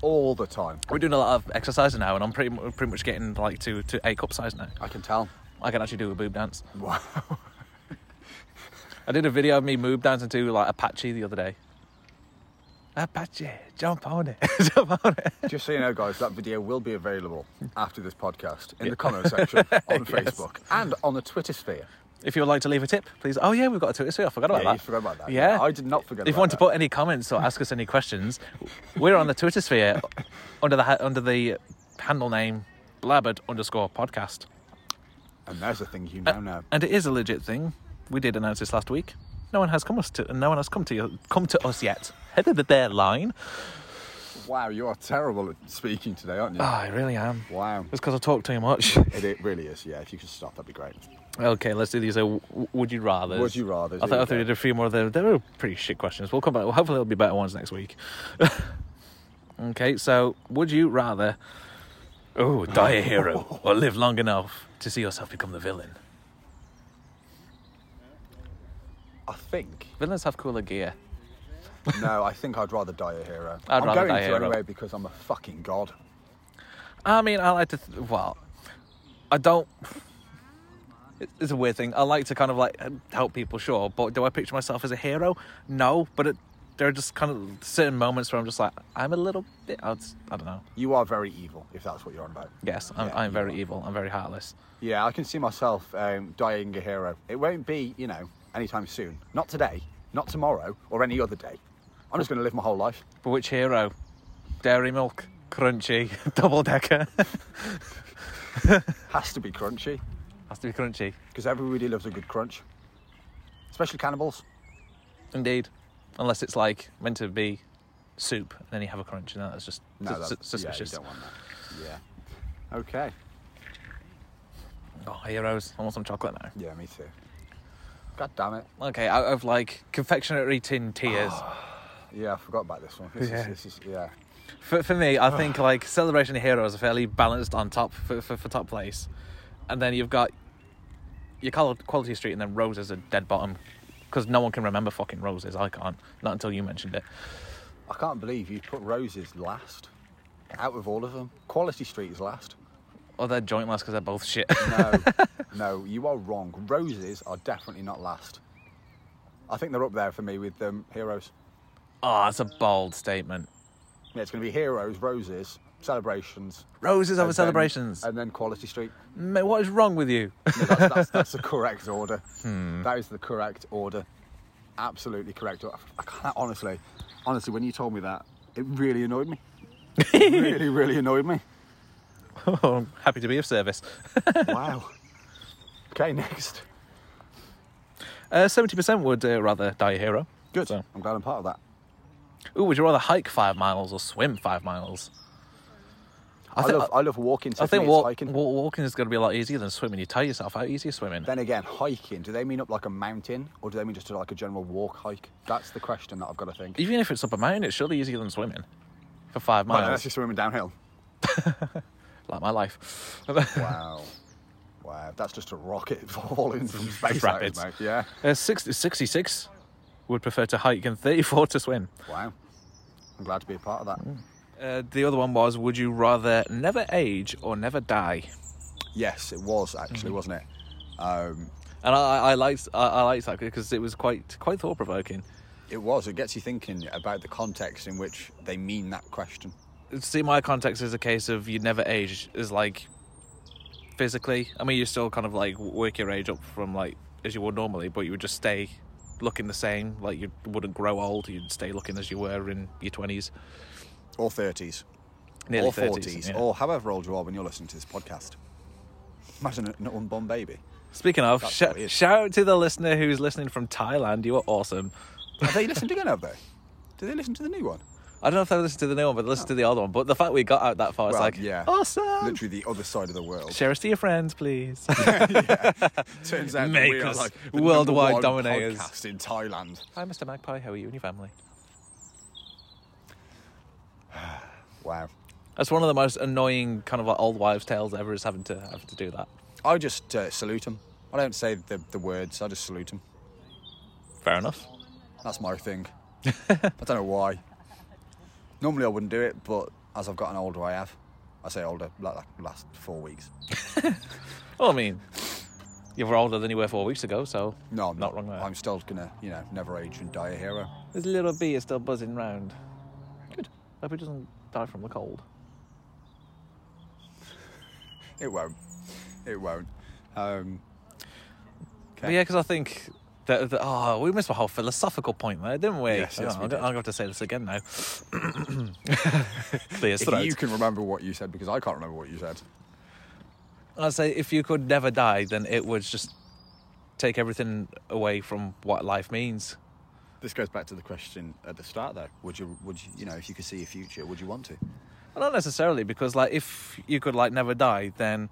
[SPEAKER 2] All the time.
[SPEAKER 1] We're doing a lot of exercise now, and I'm pretty mu- pretty much getting like to to a cup size now.
[SPEAKER 2] I can tell.
[SPEAKER 1] I can actually do a boob dance.
[SPEAKER 2] Wow.
[SPEAKER 1] I did a video of me move dancing to like Apache the other day. Apache, jump on it, jump on it.
[SPEAKER 2] Just so you know, guys, that video will be available after this podcast in the comment section on Facebook and on the Twitter sphere.
[SPEAKER 1] If you would like to leave a tip, please. Oh yeah, we've got a Twitter. So I forgot about
[SPEAKER 2] Yeah,
[SPEAKER 1] that.
[SPEAKER 2] you forgot about that.
[SPEAKER 1] Yeah,
[SPEAKER 2] Yeah, I did not forget
[SPEAKER 1] If you
[SPEAKER 2] about
[SPEAKER 1] want to
[SPEAKER 2] that.
[SPEAKER 1] put any comments or ask us any questions, we're on the Twitter sphere under the ha- under the handle name Labbard underscore podcast.
[SPEAKER 2] And there's the thing you now know.
[SPEAKER 1] And it is a legit thing. We did announce this last week. No one has come us to no one has come to come to us yet. Head of the bear line.
[SPEAKER 2] Wow, you are terrible at speaking today, aren't you?
[SPEAKER 1] Oh, I really am.
[SPEAKER 2] Wow.
[SPEAKER 1] It's because I talk too much.
[SPEAKER 2] It, it really is, yeah. If you could stop, that'd be great.
[SPEAKER 1] Okay, let's do these. Uh, w- would you rather?
[SPEAKER 2] Would you
[SPEAKER 1] I
[SPEAKER 2] rathers, here
[SPEAKER 1] thought,
[SPEAKER 2] we
[SPEAKER 1] I thought
[SPEAKER 2] go.
[SPEAKER 1] we did a few more. There, they were pretty shit questions. We'll come back. Well, hopefully, it'll be better ones next week. okay, so would you rather? Oh, die a hero or live long enough to see yourself become the villain?
[SPEAKER 2] I think.
[SPEAKER 1] Villains have cooler gear.
[SPEAKER 2] No, I think I'd rather die a hero.
[SPEAKER 1] I'd
[SPEAKER 2] am
[SPEAKER 1] rather
[SPEAKER 2] going
[SPEAKER 1] die a
[SPEAKER 2] to
[SPEAKER 1] hero.
[SPEAKER 2] anyway because I'm a fucking god.
[SPEAKER 1] I mean, I like to. Th- well, I don't. It- It's a weird thing. I like to kind of like help people, sure, but do I picture myself as a hero? No, but it, there are just kind of certain moments where I'm just like, I'm a little bit. I'd, I don't know.
[SPEAKER 2] You are very evil, if that's what you're on about.
[SPEAKER 1] Yes, I'm,
[SPEAKER 2] Yeah,
[SPEAKER 1] I'm
[SPEAKER 2] you
[SPEAKER 1] very
[SPEAKER 2] are.
[SPEAKER 1] evil. I'm very heartless.
[SPEAKER 2] Yeah, I can see myself um, dying a hero. It won't be, you know, anytime soon. Not today, not tomorrow, or any other day. I'm just going to live my whole life.
[SPEAKER 1] But which hero? Dairy Milk, Crunchy, Double Decker.
[SPEAKER 2] Has to be crunchy,
[SPEAKER 1] Has to be Crunchy.
[SPEAKER 2] because everybody loves a good crunch. Especially cannibals.
[SPEAKER 1] Indeed. Unless it's like meant to be soup and then you have a crunch and that's just
[SPEAKER 2] No,
[SPEAKER 1] sus-
[SPEAKER 2] that's,
[SPEAKER 1] sus- suspicious.
[SPEAKER 2] Yeah, you don't want that. Yeah. Okay.
[SPEAKER 1] oh, heroes. I want some chocolate now.
[SPEAKER 2] Yeah, me too. God damn it.
[SPEAKER 1] Okay, out of like confectionery tin tiers.
[SPEAKER 2] Yeah, I forgot about this one. This
[SPEAKER 1] Yeah.
[SPEAKER 2] Is, this is, yeah.
[SPEAKER 1] For, for me, I think like Celebration of Heroes are fairly balanced on top for, for, for top place. And then you've got your Col- Quality Street and then Roses are dead bottom. Because no one can remember fucking Roses. I can't. Not until you mentioned it.
[SPEAKER 2] I can't believe you put Roses last. Out of all of them. Quality Street is last.
[SPEAKER 1] Or Oh, they're joint last because they're both shit.
[SPEAKER 2] No, no, you are wrong. Roses are definitely not last. I think they're up there for me with um, heroes.
[SPEAKER 1] oh, that's a bold statement.
[SPEAKER 2] Yeah, it's going to be heroes, roses, celebrations.
[SPEAKER 1] Roses over
[SPEAKER 2] and then-
[SPEAKER 1] celebrations.
[SPEAKER 2] and then Quality Street.
[SPEAKER 1] Mate, what is wrong with you?
[SPEAKER 2] No, that's, that's, that's the correct order.
[SPEAKER 1] Hmm.
[SPEAKER 2] That is the correct order. Absolutely correct. order. I can't, honestly, honestly, when you told me that, it really annoyed me. It really, really annoyed me.
[SPEAKER 1] I'm Oh, happy to be of service.
[SPEAKER 2] Wow. Okay, next.
[SPEAKER 1] Uh, 70% would uh, rather die a hero.
[SPEAKER 2] Good.
[SPEAKER 1] So-
[SPEAKER 2] I'm glad I'm part of that.
[SPEAKER 1] Ooh, would you rather hike five miles or swim five miles?
[SPEAKER 2] I,
[SPEAKER 1] thi-
[SPEAKER 2] love, I love walking. So
[SPEAKER 1] I
[SPEAKER 2] for
[SPEAKER 1] think
[SPEAKER 2] me, it's
[SPEAKER 1] walk,
[SPEAKER 2] hiking.
[SPEAKER 1] wa- walking is going to be a lot easier than swimming. You tire yourself out easier swimming.
[SPEAKER 2] Then again, hiking, do they mean up like a mountain or do they mean just like a general walk hike? That's the question that I've got to think.
[SPEAKER 1] Even if it's up a mountain, it's surely easier than swimming for five
[SPEAKER 2] Well,
[SPEAKER 1] miles.
[SPEAKER 2] unless you're swimming downhill.
[SPEAKER 1] Like my life.
[SPEAKER 2] Wow. Wow, that's just a rocket falling from space. that is,
[SPEAKER 1] rapids.
[SPEAKER 2] mate. Yeah.
[SPEAKER 1] uh, 60, 66 would prefer to hike and 34 to swim.
[SPEAKER 2] Wow. I'm glad to be a part of that.
[SPEAKER 1] Uh, the other one was would you rather never age or never die?
[SPEAKER 2] Yes, it was
[SPEAKER 1] Mm-hmm.
[SPEAKER 2] actually, wasn't it? Um,
[SPEAKER 1] And I, I- I liked I, I liked that because it was quite quite thought provoking.
[SPEAKER 2] it was. It gets you thinking about the context in which they mean that question.
[SPEAKER 1] See, my context is a case of you never age is like physically. I mean, you still kind of like work your age up from like as you would normally, but you would just stay looking the same. Like you wouldn't grow old. You'd stay looking as you were in your twenties,
[SPEAKER 2] Or 30s.
[SPEAKER 1] nearly
[SPEAKER 2] or 40s.
[SPEAKER 1] thirties. Yeah.
[SPEAKER 2] Or however old you are when you're listening to this podcast. Imagine an unborn baby.
[SPEAKER 1] Speaking of,
[SPEAKER 2] That's
[SPEAKER 1] sh-
[SPEAKER 2] weird.
[SPEAKER 1] shout out to the listener who's listening from Thailand. You are awesome.
[SPEAKER 2] Have they listened again, have they? Do they listen to the new one?
[SPEAKER 1] I don't know if they listened to the new one, but they listened to the old one. But the fact we got out that far, it's
[SPEAKER 2] Well,
[SPEAKER 1] like
[SPEAKER 2] yeah.
[SPEAKER 1] awesome.
[SPEAKER 2] literally the other side of the world.
[SPEAKER 1] Share us to your friends, please.
[SPEAKER 2] Turns out
[SPEAKER 1] Make
[SPEAKER 2] that we are
[SPEAKER 1] us
[SPEAKER 2] like the
[SPEAKER 1] worldwide
[SPEAKER 2] number one
[SPEAKER 1] dominators.
[SPEAKER 2] podcast in Thailand.
[SPEAKER 1] Hi, Mr. Magpie. How are you and your family?
[SPEAKER 2] Wow.
[SPEAKER 1] That's one of the most annoying kind of like old wives' tales ever is having to having to do that.
[SPEAKER 2] I just uh, salute them. I don't say the, the words. I just salute them.
[SPEAKER 1] Fair enough.
[SPEAKER 2] That's my thing. I don't know why. Normally I wouldn't do it, but as I've gotten older, I have. I say older, like, like last four weeks.
[SPEAKER 1] Well, I mean, you were older than you were four weeks ago, so
[SPEAKER 2] No, I'm
[SPEAKER 1] not wrong there.
[SPEAKER 2] I'm still gonna, you know, never age and die a hero.
[SPEAKER 1] There's a little bee still buzzing round. Good. Hope it doesn't die from the cold.
[SPEAKER 2] It won't. It won't. Um,
[SPEAKER 1] But yeah, because I think that, that oh, we missed my whole philosophical point there, didn't we?
[SPEAKER 2] Yes, yes,
[SPEAKER 1] oh,
[SPEAKER 2] we
[SPEAKER 1] I'm
[SPEAKER 2] did.
[SPEAKER 1] gonna have to say this again now. Clear his
[SPEAKER 2] if
[SPEAKER 1] throat.
[SPEAKER 2] you can remember what you said, because I can't remember what you said.
[SPEAKER 1] I'd say if you could never die, then it would just take everything away from what life means.
[SPEAKER 2] This goes back to the question at the start, though. Would you, would you, you know, if you could see a future, would you want to?
[SPEAKER 1] Well, not necessarily, because like if you could like never die, then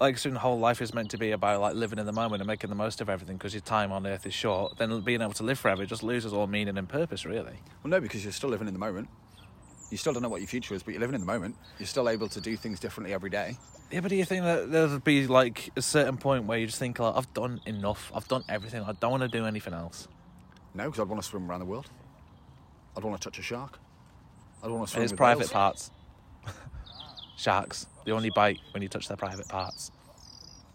[SPEAKER 1] like soon whole life is meant to be about like living in the moment and making the most of everything because your time on earth is short. Then being able to live forever just loses all meaning and purpose, really.
[SPEAKER 2] Well, no, because you're still living in the moment. You still don't know what your future is, but you're living in the moment. You're still able to do things differently every day.
[SPEAKER 1] Yeah, but do you think that there'll be like a certain point where you just think like I've done enough, I've done everything, I don't want to do anything else.
[SPEAKER 2] No, because I'd want to swim around the world. I'd want to touch a shark. I'd want to swim.
[SPEAKER 1] And it's
[SPEAKER 2] with
[SPEAKER 1] private parts.
[SPEAKER 2] whales.
[SPEAKER 1] Sharks, they only bite when you touch their private parts.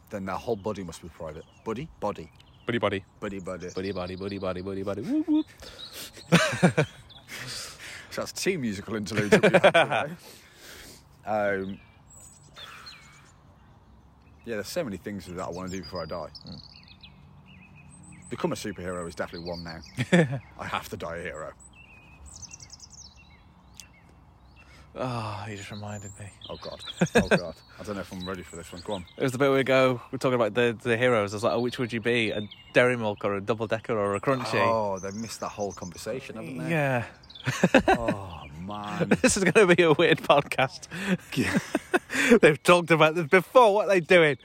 [SPEAKER 2] Then their whole body must be private. Buddy, body,
[SPEAKER 1] Buddy buddy.
[SPEAKER 2] buddy, buddy.
[SPEAKER 1] Buddy buddy buddy buddy buddy buddy. Whoop, whoop.
[SPEAKER 2] So that's two musical interludes. that we had today. um, yeah, there's so many things that I want to do before I die.
[SPEAKER 1] Hmm.
[SPEAKER 2] Become a superhero is definitely one now. I have to die a hero.
[SPEAKER 1] Oh, you just reminded me.
[SPEAKER 2] Oh god. Oh god. I don't know if I'm ready for this one. Go on.
[SPEAKER 1] It was the bit where we go, we're talking about the, the heroes. I was like, oh, which would you be? A Dairy Milk or a Double Decker or a Crunchy?
[SPEAKER 2] Oh, they missed that whole conversation, haven't they?
[SPEAKER 1] yeah.
[SPEAKER 2] Oh man.
[SPEAKER 1] This is going to be a weird podcast. They've talked about this before. What are they doing?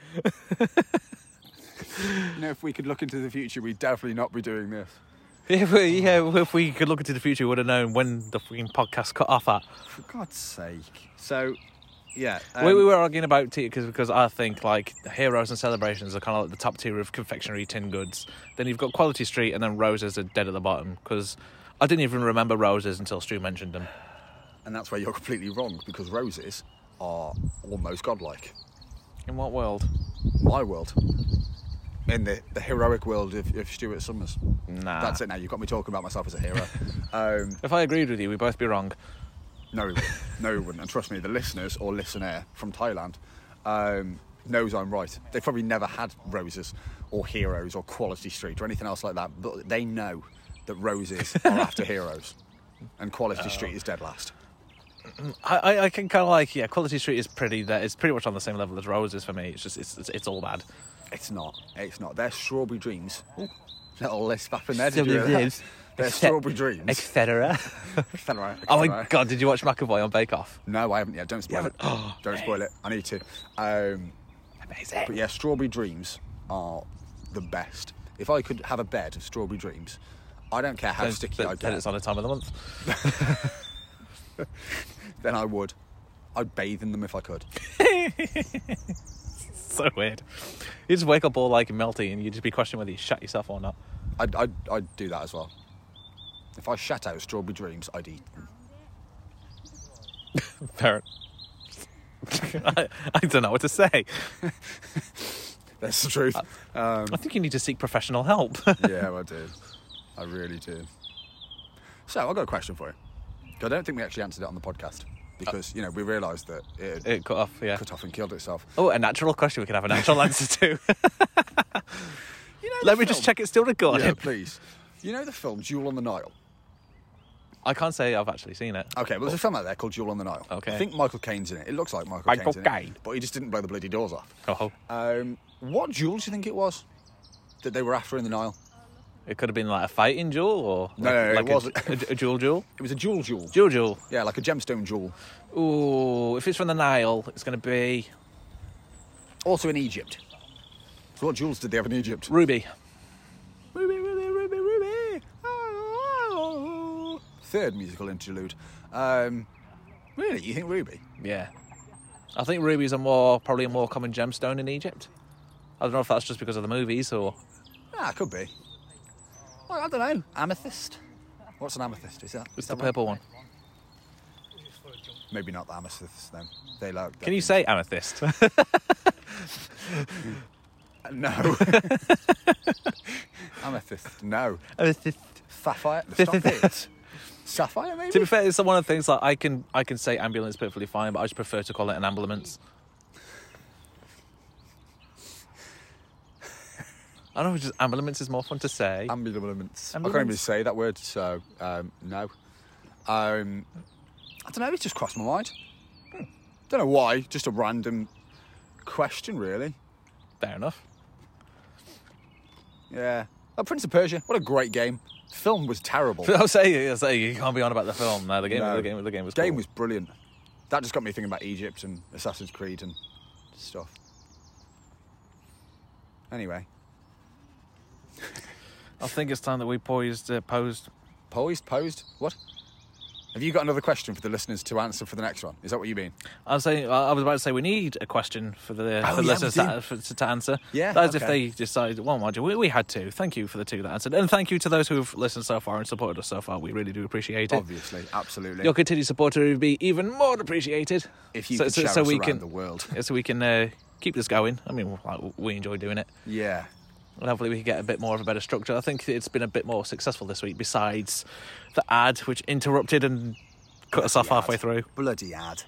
[SPEAKER 2] you know, if we could look into the future, we'd definitely not be doing this.
[SPEAKER 1] If we, yeah, if we could look into the future, we would have known when the fucking podcast cut off at.
[SPEAKER 2] For God's sake. So, yeah.
[SPEAKER 1] we,
[SPEAKER 2] um,
[SPEAKER 1] we were arguing about tea because because I think like heroes and celebrations are kind of like the top tier of confectionery tin goods. Then you've got Quality Street, and then roses are dead at the bottom because I didn't even remember roses until Stu mentioned them.
[SPEAKER 2] And that's where you're completely wrong because roses are almost godlike.
[SPEAKER 1] In what world?
[SPEAKER 2] My world. In the, the heroic world of, of Stuart Summers.
[SPEAKER 1] Nah.
[SPEAKER 2] That's it now. You've got me talking about myself as a hero. um,
[SPEAKER 1] If I agreed with you, we'd both be wrong.
[SPEAKER 2] no, he wouldn't. no, he wouldn't. And trust me, the listeners or listener from Thailand um, knows I'm right. They've probably never had roses or heroes or Quality Street or anything else like that, but they know that roses are after heroes and
[SPEAKER 1] Oh.
[SPEAKER 2] Quality Street is dead last.
[SPEAKER 1] I, I, I can kind of like yeah, Quality Street is pretty. That it's pretty much on the same level as roses for me. It's just it's it's, it's all bad.
[SPEAKER 2] It's not. It's not. They're strawberry dreams. Ooh, little lisp up in there. Did you
[SPEAKER 1] Strawberry
[SPEAKER 2] hear that?
[SPEAKER 1] dreams.
[SPEAKER 2] They're strawberry dreams.
[SPEAKER 1] Etc.
[SPEAKER 2] Etc.
[SPEAKER 1] oh my god, did you watch McAvoy on Bake Off?
[SPEAKER 2] No, I haven't yet. Don't spoil it. Don't spoil it. I need to. Um,
[SPEAKER 1] Amazing.
[SPEAKER 2] but yeah, strawberry dreams are the best. If I could have a bed of strawberry dreams, I don't care how
[SPEAKER 1] Then-
[SPEAKER 2] sticky
[SPEAKER 1] then-
[SPEAKER 2] I
[SPEAKER 1] then
[SPEAKER 2] get,
[SPEAKER 1] it's on a time of the month.
[SPEAKER 2] then I would. I'd bathe in them if I could.
[SPEAKER 1] so weird. You just wake up all like melty, and you just be questioning whether you shut yourself or not.
[SPEAKER 2] I'd, I'd, I'd do that as well. If I shat out strawberry dreams, I'd eat them.
[SPEAKER 1] Parent. I, I don't know what to say.
[SPEAKER 2] That's the truth. Um,
[SPEAKER 1] I think you need to seek professional help.
[SPEAKER 2] yeah, I do. I really do. So I've got a question for you. 'Cause I don't think we actually answered it on the podcast because you know we realised that it, had
[SPEAKER 1] it cut off. Yeah.
[SPEAKER 2] cut off and killed itself.
[SPEAKER 1] Oh, a natural question we can have a natural answer to. Let me just
[SPEAKER 2] film-
[SPEAKER 1] check it's still recording.
[SPEAKER 2] Yeah, please. You know the film Jewel on the Nile.
[SPEAKER 1] I can't say I've actually seen it.
[SPEAKER 2] Okay, well, there's a film out there called Jewel on the Nile.
[SPEAKER 1] Oh. Okay.
[SPEAKER 2] I think Michael Caine's in it. It looks like Michael,
[SPEAKER 1] Michael
[SPEAKER 2] Caine's in
[SPEAKER 1] Caine.
[SPEAKER 2] it, but he just didn't blow the bloody doors off.
[SPEAKER 1] Oh,
[SPEAKER 2] Um, what jewel do you think it was that they were after in the Nile?
[SPEAKER 1] it could have been like a fighting duel or
[SPEAKER 2] No, no, no, it
[SPEAKER 1] like, like a,
[SPEAKER 2] wasn't.
[SPEAKER 1] a, a duel duel.
[SPEAKER 2] It was a jewel jewel.
[SPEAKER 1] Duel duel.
[SPEAKER 2] Yeah, like a gemstone jewel.
[SPEAKER 1] Ooh, if it's from the Nile, it's going to be
[SPEAKER 2] Also in Egypt. So what jewels did they have in Egypt?
[SPEAKER 1] ruby.
[SPEAKER 2] Ruby, Ruby, Ruby, Ruby. Third musical interlude. Um, really, you think Ruby?
[SPEAKER 1] Yeah. I think rubies are more probably a more common gemstone in Egypt. I don't know if that's just because of the movies or
[SPEAKER 2] Ah, could be. I, I don't know. Amethyst. What's an amethyst? Is that?
[SPEAKER 1] it's
[SPEAKER 2] is
[SPEAKER 1] the
[SPEAKER 2] that right?
[SPEAKER 1] purple one.
[SPEAKER 2] Maybe not the amethyst then. They like.
[SPEAKER 1] Can you say amethyst?
[SPEAKER 2] No. amethyst. No.
[SPEAKER 1] amethyst.
[SPEAKER 2] Sapphire. Stop it. Sapphire, maybe.
[SPEAKER 1] To be fair, it's one of the things like I can I can say ambulance perfectly fine, but I just prefer to call it an ambulance. I don't know, just ambulance is more fun to say.
[SPEAKER 2] Ambulance. I can't even
[SPEAKER 1] Ambulance.
[SPEAKER 2] say that word, so um, no. Um, Hmm. I don't know. It just crossed my mind. Don't know why. Just a random question, really.
[SPEAKER 1] Fair enough.
[SPEAKER 2] Yeah. Oh, Prince of Persia, what a great game. Film was terrible.
[SPEAKER 1] I'll say, I'll say you can't be on about the film. No, the game,
[SPEAKER 2] No.
[SPEAKER 1] the game, the game was
[SPEAKER 2] game
[SPEAKER 1] cool.
[SPEAKER 2] was brilliant. That just got me thinking about Egypt and Assassin's Creed and stuff. Anyway,
[SPEAKER 1] I think it's time that we poised, uh, posed.
[SPEAKER 2] poised, posed. What? Have you got another question for the listeners to answer for the next one? Is that what you mean?
[SPEAKER 1] I was saying, I I was about to say we need a question for the
[SPEAKER 2] Oh,
[SPEAKER 1] for the
[SPEAKER 2] yeah,
[SPEAKER 1] listeners
[SPEAKER 2] we
[SPEAKER 1] to, for, to, to answer.
[SPEAKER 2] Yeah,
[SPEAKER 1] that's if
[SPEAKER 2] okay.
[SPEAKER 1] they decided. Well, mind you, we, we had two. Thank you for the two that answered, and thank you to those who've listened so far and supported us so far. We really do appreciate it.
[SPEAKER 2] Obviously, absolutely.
[SPEAKER 1] Your continued support would be even more appreciated
[SPEAKER 2] If you could share us around the world.
[SPEAKER 1] yeah, so we can uh, keep this going. I mean, like, we enjoy doing it.
[SPEAKER 2] Yeah.
[SPEAKER 1] And hopefully we can get a bit more of a better structure. I think it's been a bit more successful this week. Besides the ad, which interrupted and cut us off
[SPEAKER 2] Bloody
[SPEAKER 1] halfway
[SPEAKER 2] ad.
[SPEAKER 1] through.
[SPEAKER 2] Bloody ad.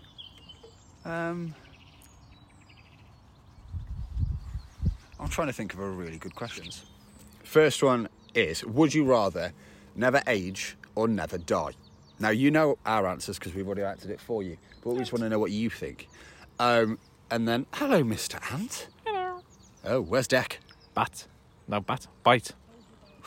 [SPEAKER 2] Um, I'm trying to think of a really good questions. First one is: Would you rather never age or never die? Now you know our answers because we've already answered it for you, but we just want to know what you think. Um, and then, hello, Mr. Ant. Hello. Oh, where's Deck?
[SPEAKER 1] Bat, no bat, bite.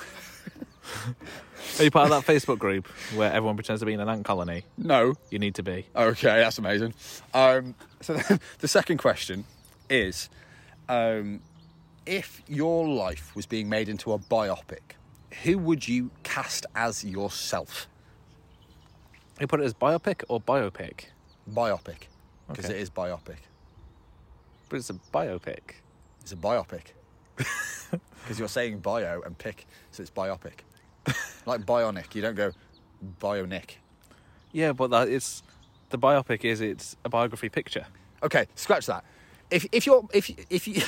[SPEAKER 1] Are you part of that Facebook group where everyone pretends to be in an ant colony?
[SPEAKER 2] No,
[SPEAKER 1] You need to be.
[SPEAKER 2] Okay, that's amazing. Um, so then the second question is um, if your life was being made into a biopic, who would you cast as yourself?
[SPEAKER 1] You put it as biopic or biopic,
[SPEAKER 2] Biopic. Because
[SPEAKER 1] Okay.
[SPEAKER 2] it is biopic.
[SPEAKER 1] but it's a biopic.
[SPEAKER 2] It's a biopic. Because you're saying bio and pick, so it's biopic. Like bionic, you don't go bionic.
[SPEAKER 1] Yeah, but that it's the biopic is it's a biography picture.
[SPEAKER 2] Okay, scratch that. If, if you're if if you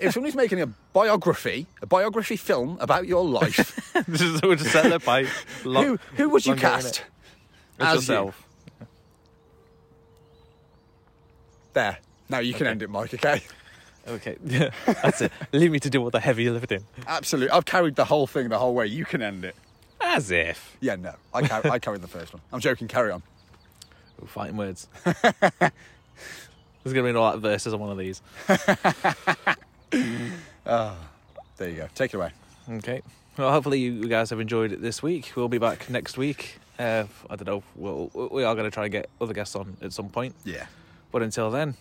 [SPEAKER 2] if somebody's making a biography, a biography film about your life,
[SPEAKER 1] this is we're just set there by lo-
[SPEAKER 2] who, who would you
[SPEAKER 1] longer in it.
[SPEAKER 2] cast
[SPEAKER 1] It's
[SPEAKER 2] as
[SPEAKER 1] yourself?
[SPEAKER 2] you? There. Now you can end it, Mike. Okay.
[SPEAKER 1] Okay, yeah, that's it. Leave me to do all the heavy lifting.
[SPEAKER 2] Absolutely. I've carried the whole thing the whole way. You can end it.
[SPEAKER 1] As if.
[SPEAKER 2] Yeah. No. I car- I carried the first one. I'm joking. Carry on.
[SPEAKER 1] Ooh, fighting words. There's gonna be a lot of verses on one of these.
[SPEAKER 2] There you go. Take it away.
[SPEAKER 1] Okay. Well, hopefully you guys have enjoyed it this week. We'll be back next week. Uh, I don't know. We'll, we are going to try and get other guests on at some point.
[SPEAKER 2] Yeah.
[SPEAKER 1] But until then,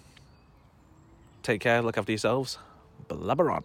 [SPEAKER 1] take care. Look after yourselves. Blabber on.